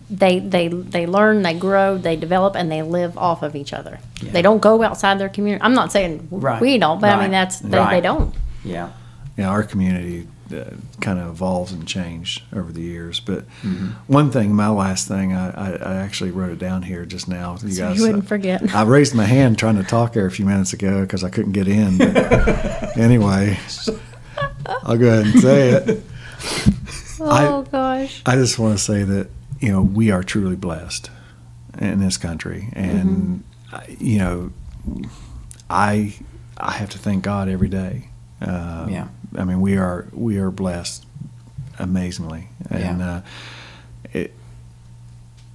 S3: they they they learn, they grow, they develop, and they live off of each other.
S2: Yeah.
S3: They don't go outside their community. I'm not saying
S2: Right.
S3: we don't, but I mean
S2: Right.
S3: that's they, they
S2: Right.
S3: don't.
S2: yeah,
S1: you know, our community uh, kind of evolves and changed over the years. But one thing, my last thing, I, I, I actually wrote it down here just now. You
S3: So you wouldn't
S1: uh,
S3: forget.
S1: I raised my hand trying to talk there a few minutes ago because I couldn't get in. But anyway, I'll go ahead and say it. I-
S3: Oh gosh,
S1: I just want to say that you know we are truly blessed in this country, and
S3: Mm-hmm.
S1: I you know, I I have to thank God every day. Uh,
S2: Yeah.
S1: I mean we are we are blessed amazingly, and
S2: Yeah.
S1: uh, it.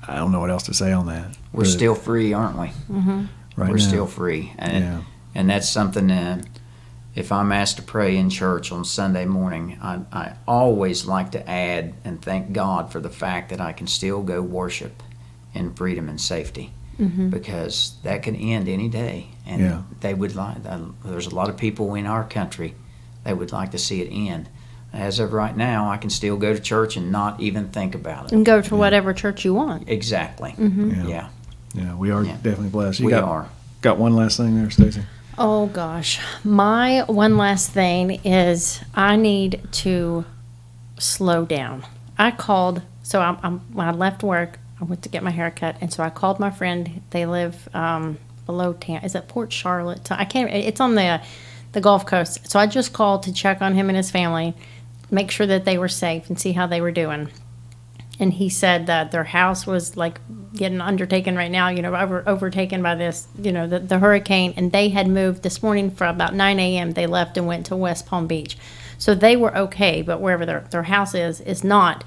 S1: I don't know what else to say on that.
S2: we're
S1: but
S2: still free, aren't we?
S3: Mm-hmm,
S1: right
S2: we're
S1: now,
S2: still free, and
S1: Yeah.
S2: and that's something. Uh, if I'm asked to pray in church on Sunday morning, I, I always like to add and thank God for the fact that I can still go worship in freedom and safety,
S3: mm-hmm.
S2: because that can end any day. And
S1: Mm. Yeah.
S2: they would like. uh, There's a lot of people in our country they would like to see it end. As of right now, I can still go to church and not even think about
S1: Mm.
S2: it.
S3: and go to whatever church you want.
S2: Exactly.
S1: Yeah.
S2: Mm-hmm. Yeah,
S1: yeah, we are
S2: Yeah.
S1: definitely blessed. Mm-hmm. You
S2: we
S1: got,
S2: are.
S1: Got one last thing there, Stacy.
S3: Oh gosh. My one last thing is I need to slow down. I called, so I'm, I'm, when I left work, I went to get my hair cut. And so I called my friend. They live um, below town. Is it Port Charlotte? So I can't, it's on the, the Gulf Coast. So I just called to check on him and his family, make sure that they were safe and see how they were doing. And he said that their house was like getting undertaken right now, you know, over, overtaken by this, you know, the, the hurricane. And they had moved this morning from about 9 a.m. They left and went to West Palm Beach. So they were okay, but wherever their, their house is, is not.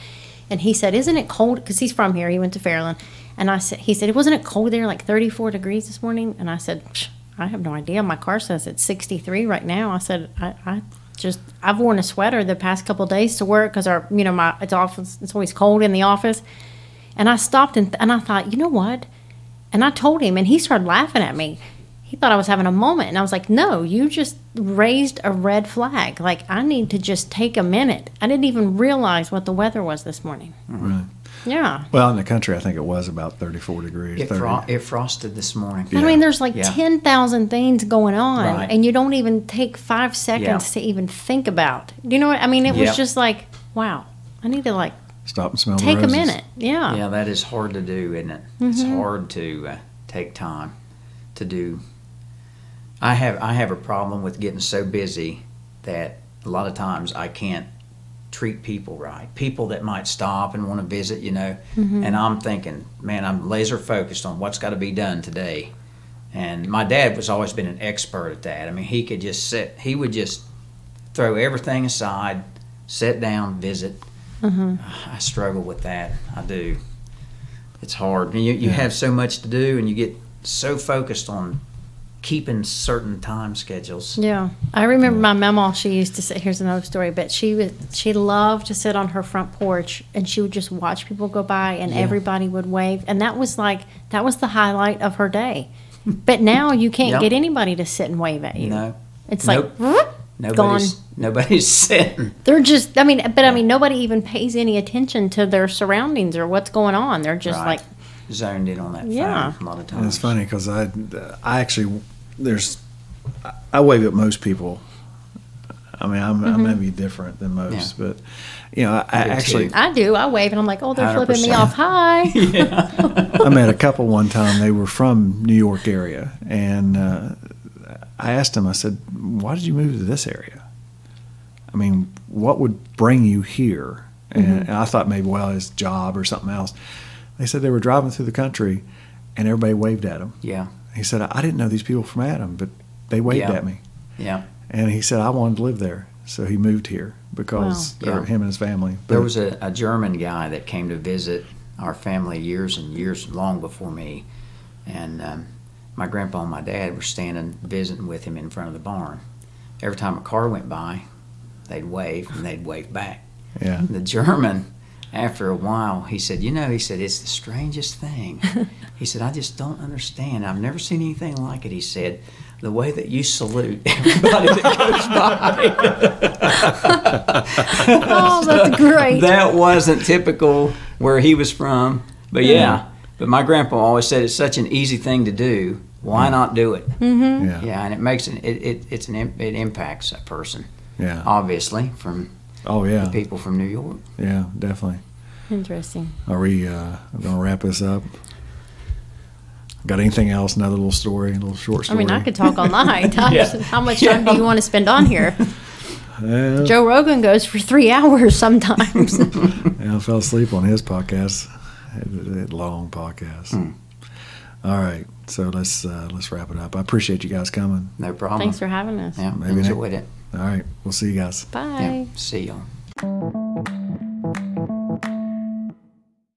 S3: And he said, Isn't it cold? Because he's from here. He went to Fairland. And I said, He said, Wasn't it cold there like 34 degrees this morning? And I said, "Psh, I have no idea. My car says it's 63 right now. I said, I, I just, I've worn a sweater the past couple of days to work because our, you know, my, it's office, it's always cold in the office. And I stopped and, and I thought, you know what? And I told him, and he started laughing at me. He thought I was having a moment. And I was like, no, you just raised a red flag. Like, I need to just take a minute. I didn't even realize what the weather was this morning.
S1: Really?
S3: Yeah.
S1: Well, in the country, I think it was about thirty-four degrees.
S2: It, fro- it frosted this morning.
S3: I mean, there's like
S2: Yeah.
S3: 10,000 things going on,
S2: Right.
S3: and you don't even take five seconds to even think about. Do you know what I mean? It was
S2: Yep.
S3: just like, wow, I need to like
S1: Stop and smell. the
S3: take a
S1: roses.
S3: minute. Yeah.
S2: Yeah, that is hard to do, isn't it? It's hard to uh, take time to do. I have I have a problem with getting so busy that a lot of times I can't treat people right. People that might stop and want to visit, you know,
S3: Mm-hmm.
S2: and I'm thinking, man, I'm laser focused on what's got to be done today. And my dad was always been an expert at that. I mean, he could just sit. He would just throw everything aside, sit down, visit.
S3: Mm-hmm.
S2: I struggle with that. I do. It's hard. You, you have so much to do, and you get so focused on keeping certain time schedules.
S3: Yeah, I remember my mama. She used to sit. Here's another story, but she was she loved to sit on her front porch and she would just watch people go by and everybody would wave, and that was like that was the highlight of her day. But now you can't
S2: Yeah.
S3: get anybody to sit and wave at you.
S2: You know,
S3: It's
S2: Nope.
S3: like whoop, gone.
S2: nobody's nobody's sitting.
S3: They're just. I mean, but I mean, nobody even pays any attention to their surroundings or what's going on. They're just
S2: Right.
S3: like,
S2: zoned in on that phone
S3: Yeah.
S2: a lot of times.
S1: And it's funny because I, I actually, there's, I- I wave at most people. I mean, I'm, I may be different than most, but you know, I, I
S2: Mm-hmm. do
S1: actually,
S2: too.
S3: I do. I wave and I'm like, oh, they're flipping me
S2: 100%.
S3: off. Hi.
S1: I met a couple one time. They were from New York area, and uh, I asked them. I said, "Why did you move to this area? I mean, what would bring you here?" And,
S2: Mm-hmm.
S1: and I thought maybe, well, it's job or something else. They said they were driving through the country, and everybody waved at them.
S2: Yeah,
S1: He said, "I didn't know these people from Adam, but they waved
S2: Yeah.
S1: at me."
S2: yeah.
S1: And he said, "I wanted to live there, so he moved here because
S2: Wow.
S1: or
S2: Yeah.
S1: him and his family." But
S2: There was a, a German guy that came to visit our family years and years, long before me. And um, my grandpa and my dad were standing visiting with him in front of the barn. Every time a car went by, they'd wave and they'd wave back.
S1: yeah,
S2: The German, after a while, he said, You know, he said, it's the strangest thing. he said, I just don't understand. I've never seen anything like it. He said, The way that you salute everybody that goes by.
S3: Oh, that's great.
S2: that wasn't typical where he was from. But
S1: Hmm.
S2: yeah. but my grandpa always said it's such an easy thing to do. Why not do it?
S1: Hmm. yeah, yeah,
S2: Mm-hmm. Yeah, and it makes an it, it it's an im- it impacts a person
S1: yeah.
S2: obviously from
S1: Oh yeah,
S2: people from New York.
S1: yeah, definitely.
S3: Interesting.
S1: Are we uh, going to wrap this up? Got anything else? Another little story, a little short
S3: I
S1: story.
S3: mean, I could talk all night. How-
S2: Yeah.
S3: How much time do you want to spend on here?
S1: Yeah,
S3: Joe Rogan goes for three hours sometimes.
S1: yeah, I fell asleep on his podcast. It, it- long podcast. All right, so let's uh, let's wrap it up. I appreciate you guys coming.
S2: No problem.
S3: Thanks for having us.
S2: yeah,
S1: Maybe next-
S2: enjoyed it.
S1: All right, we'll see you guys.
S3: Bye.
S2: Yeah, see y'all.